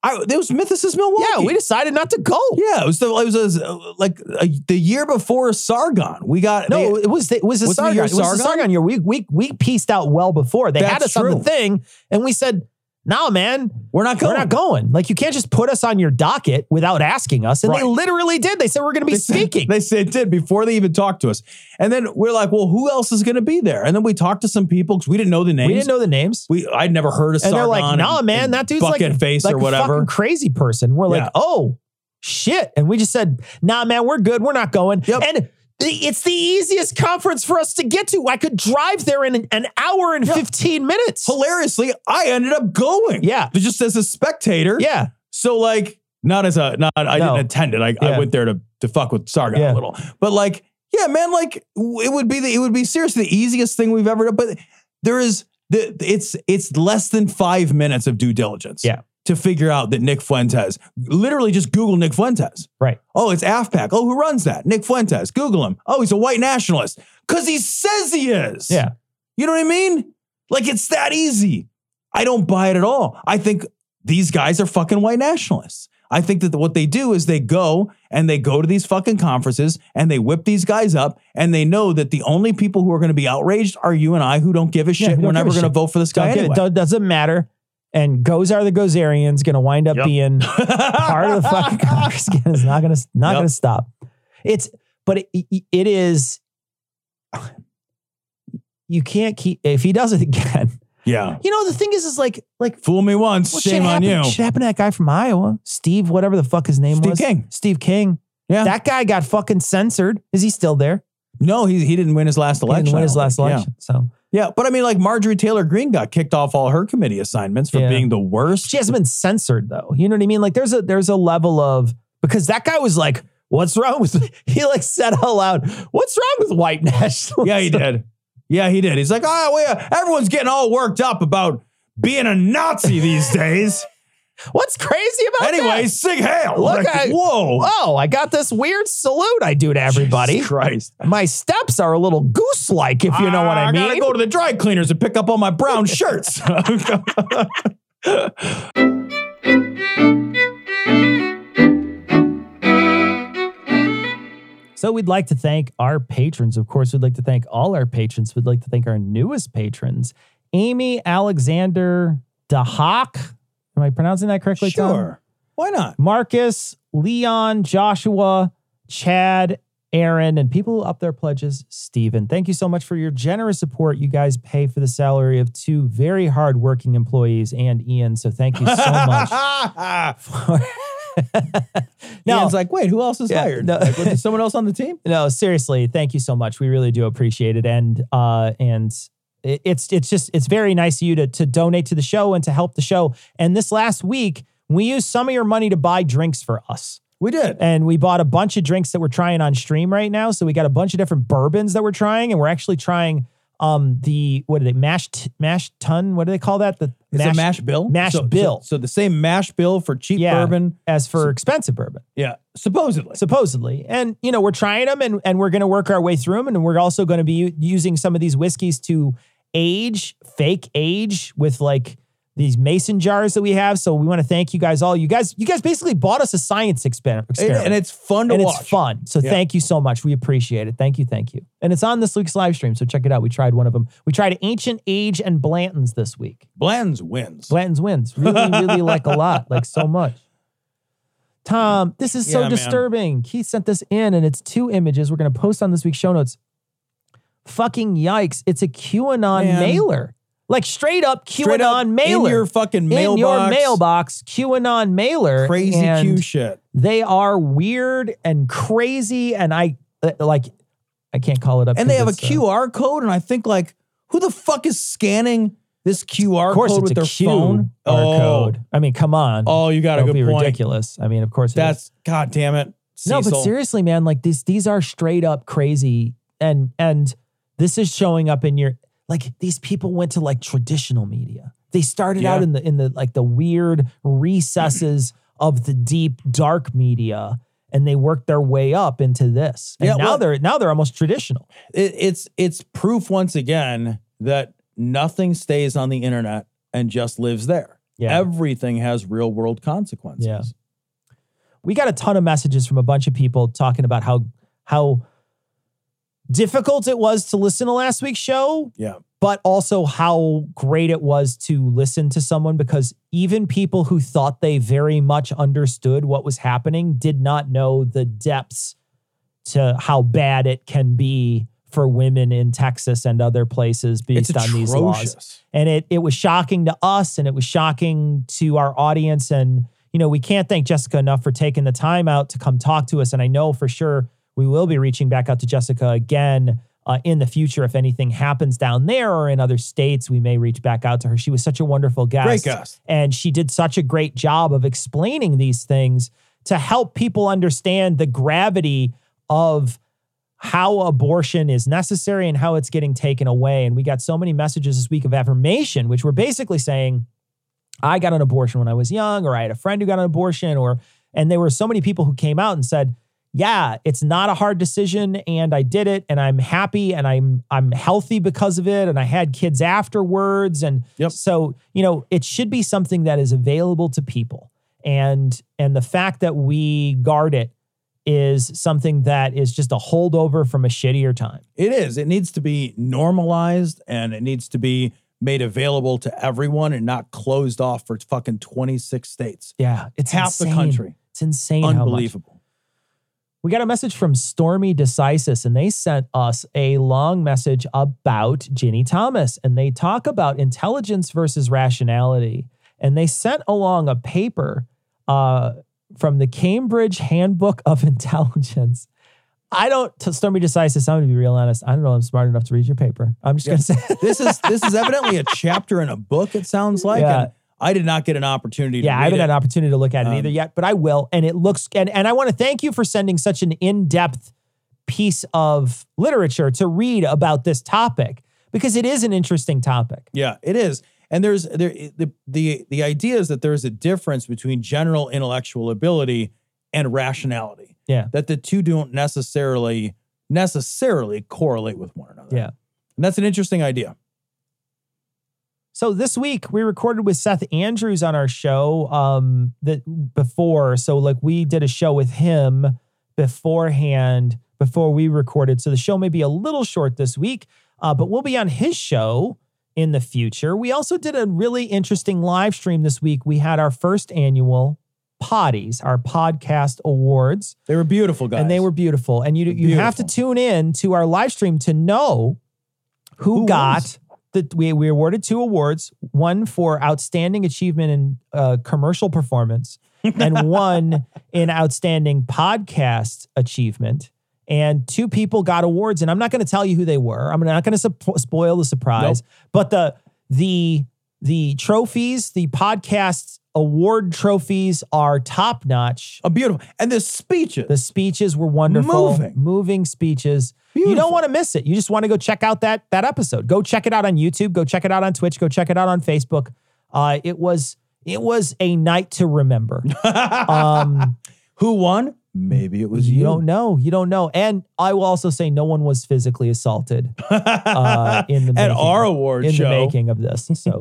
I, there was Mythicist Milwaukee.
Yeah, we decided not to go.
Yeah, it was the it was uh, like uh, the year before Sargon. We got
No,
they-
it was the, it was a
Wasn't it
Sargon.
your
It was the
Sargon?
Sargon year. We we we pieced out well before they had
That's
us on the
true.
thing, and we said nah, man, we're
not
We're not going. Like you can't just put us on your docket without asking us. And they
Right.
literally did. They said we're going to be
They said-
speaking.
they said did before they even talked to us. And then we're like, well, who else is going to be there? And then we talked to some people because we didn't know the names.
We didn't know the names.
We I'd never heard of.
and they're like,
Sargon
nah,
and-
man,
and
that dude's like,
bucket face
like
or
a
whatever.
fucking crazy person. We're
Yeah.
like, oh shit, and we just said, nah, man, we're good. We're not going. And it's the easiest conference for us to get to. I could drive there in an, an hour and fifteen minutes.
Hilariously, I ended up going.
Yeah,
just as a spectator.
Yeah.
So like, not as a not. I
No.
didn't attend it. I, I
Yeah.
went there to to fuck with Sargon
Yeah.
a little. But like, yeah, man, like w- it would be the it would be seriously the easiest thing we've ever done. But there is the it's it's less than five minutes of due diligence.
Yeah.
To figure out that Nick Fuentes, literally just Google Nick Fuentes.
Right.
Oh, it's AFPAC. Oh, who runs that? Nick Fuentes. Google him. Oh, he's a white nationalist because he says he is.
Yeah.
You know what I mean? Like it's that easy. I don't buy it at all. I think these guys are fucking white nationalists. I think that what they do is they go and they go to these fucking conferences and they whip these guys up and they know that the only people who are going to be outraged are you and I who don't give a shit.
Yeah,
We're
we don't
never
give a
going to
shit.
vote for this guy
Don't get it.
anyway.
Do- doesn't matter. And Gozar the Gozarian's going to wind up being part of the fucking Congress again. It's not going to not going to stop. It's but it, it- it is. You can't keep if he does it again.
yeah.
You know the thing is, is like like
Fool me once,
well,
shame
shit
on
happened-
you.
Shit happened to that guy from Iowa, Steve, whatever the fuck his name
Steve
was,
King.
Steve King.
Yeah.
that guy got fucking censored. Is he still there?
No, he, he didn't win his last
He
election.
didn't
I
win his
don't
last
think. Yeah.
election, so
Yeah, but I mean, like Marjorie Taylor Greene got kicked off all her committee assignments for
Yeah.
being the worst.
she hasn't been censored though. You know what I mean? Like there's a there's a level of because that guy was like, "What's wrong with?" He like said out loud, "What's wrong with white nationalism?"
Yeah, he did. Yeah, he did. He's like, oh, well, everyone's getting all worked up about being a Nazi these days.
What's crazy about that?
Anyway, sing hail.
Look,
Like,
I,
whoa.
whoa! I got this weird salute I do to everybody.
Jesus Christ. Ah,
My steps are a little goose-like, if you know what I, mean.
gotta go to the dry cleaners and pick up all my brown shirts.
So we'd like to thank our patrons. Of course, we'd like to thank all our patrons. We'd like to thank our newest patrons, Amy Alexander Dahak. Am I pronouncing that correctly? Tom?
Sure. Why not?
Marcus, Leon, Joshua, Chad, Aaron, and people who up their pledges, Stephen. Thank you so much for your generous support. You guys pay for the salary of two very hardworking employees and Ian. So thank you so much.
no, it's like, wait, who else is
Yeah,
hired?
no.
Like, was there someone else on the team?
No, seriously, thank you so much. We really do appreciate it, and uh, and it- it's it's just it's very nice of you to to donate to the show and to help the show. And this last week, we used some of your money to buy drinks for us.
We did.
And we bought a bunch of drinks that we're trying on stream right now. So we got a bunch of different bourbons that we're trying, and we're actually trying um the what are they mashed mashed ton? What do they call that? The
It's a mash bill.
mash
So- so-
bill.
So, the same mash bill for cheap
Yeah.
bourbon.
as for expensive bourbon.
Yeah. Supposedly.
supposedly. And you know, we're trying them, and and we're going to work our way through them, and we're also going to be u- using some of these whiskeys to age, fake age with like these mason jars that we have. So we want to thank you guys all. You guys, you guys basically bought us a science experiment,
And,
experiment.
and it's fun to
And
watch.
it's fun. So
Yeah.
thank you so much. We appreciate it. Thank you, thank you. And it's on this week's live stream. So check it out. We tried one of them. We tried Ancient Age and Blanton's this week.
Bland's wins.
Blanton's wins. Really, really like a lot, like so much. Tom, this is so
Yeah, man.
disturbing. Keith sent this in and it's two images we're going to post on this week's show notes. Fucking yikes. It's a QAnon
Man.
mailer. Like straight up QAnon
Straight up
mailer.
In your fucking mailbox.
In your mailbox, QAnon mailer.
Crazy
and
Q shit.
They are weird and crazy. And I, uh, like, I can't call it up.
And they
'cause
have a
it's, uh,
QR code, and I think like, who the fuck is scanning this QR
Of course,
code
it's
with
a
their
Q
phone?
or code. I mean, come on.
Oh, you got a
Don't
good
be
point.
ridiculous. I mean, of course, it is.
That's god damn it.
No, but
Cecil.
seriously, man, like these these are straight up crazy, and and this is showing up in your like these people went to like traditional media. They started out
Yeah.
in the in the like the weird recesses of the deep dark media, and they worked their way up into this. And
Yeah,
now
well-
they're now they're almost traditional.
it, it's it's proof once again that nothing stays on the internet and just lives there.
Yeah.
Everything has real world consequences.
Yeah. we got a ton of messages from a bunch of people talking about how how difficult it was to listen to last week's show.
Yeah.
but also how great it was to listen to someone because even people who thought they very much understood what was happening did not know the depths to how bad it can be for women in Texas and other places based on these laws.
atrocious.
And it it was shocking to us and it was shocking to our audience and you know, we can't thank Jessica enough for taking the time out to come talk to us and I know for sure we will be reaching back out to Jessica again uh, in the future if anything happens down there or in other states we may reach back out to her she was such a wonderful guest
Great guest.
and she did such a great job of explaining these things to help people understand the gravity of how abortion is necessary and how it's getting taken away and we got so many messages this week of affirmation which were basically saying I got an abortion when I was young, or I had a friend who got an abortion, or and there were so many people who came out and said, Yeah, it's not a hard decision, and I did it, and I'm happy and I'm I'm healthy because of it, and I had kids afterwards. And so, you know, it should be something that is available to people. And and the fact that we guard it is something that is just a holdover from a shittier time.
It is. It needs to be normalized and it needs to be made available to everyone and not closed off for fucking 26 states.
Yeah. It's
half the
insane.
country.
It's insane. how much.
Unbelievable.
We got a message from Stormy Decisis, and they sent us a long message about Ginny Thomas. And they talk about intelligence versus rationality. And they sent along a paper uh, from the Cambridge Handbook of Intelligence. I don't, to Stormy Decisis, I'm going to be real honest. I don't know. if I'm smart enough to read your paper. I'm just going to say
this is this is evidently a chapter in a book, it sounds like.
Yeah.
And I did not get an opportunity to
Yeah, I
read
haven't
it.
had an opportunity to look at it
Um,
either yet, but I will. And it looks and and I want to thank you for sending such an in-depth piece of literature to read about this topic because it is an interesting topic.
Yeah, it is. And there's there the the the idea is that there's a difference between general intellectual ability and rationality.
Yeah.
That the two don't necessarily necessarily correlate with one another.
Yeah.
And that's an interesting idea.
So this week we recorded with Seth Andrews on our show um that before so like we did a show with him beforehand before we recorded so the show may be a little short this week uh, but we'll be on his show in the future. We also did a really interesting live stream this week. We had our first annual Potties, our podcast awards.
They were beautiful guys.
And they were beautiful. And you you have to tune in to our live stream to know who, got the we, we awarded two awards one for outstanding achievement in uh, commercial performance and one in outstanding podcast achievement and two people got awards and i'm not going to tell you who they were i'm not going to sup- spoil the surprise but the the the trophies the podcast award trophies are top notch
a beautiful and the speeches
the speeches were wonderful
Moving.
moving speeches you don't want to miss it you just want to go check out that that episode go check it out on youtube go check it out on twitch go check it out on facebook uh, it was it was a night to remember um,
Who won? Maybe it was you.
you don't know you don't know and i will also say no one was physically assaulted uh, in the
At
making-
our award
in
show.
the making of this so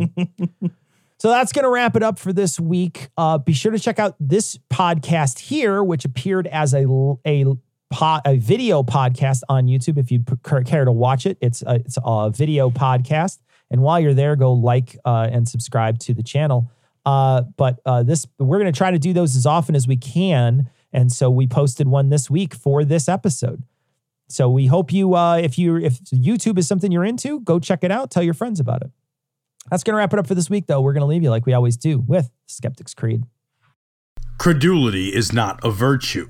so that's going to wrap it up for this week uh, be sure to check out this podcast here which appeared as a l- a po- a video podcast on youtube if you p- care- care to watch it it's a, it's a video podcast and while you're there go like uh, and subscribe to the channel uh, but uh, this we're going to try to do those as often as we can and so we posted one this week for this episode so we hope you, uh, if you if YouTube is something you're into, go check it out. Tell your friends about it. That's gonna wrap it up for this week, though. We're gonna leave you like we always do with Skeptics Creed.
Credulity is not a virtue.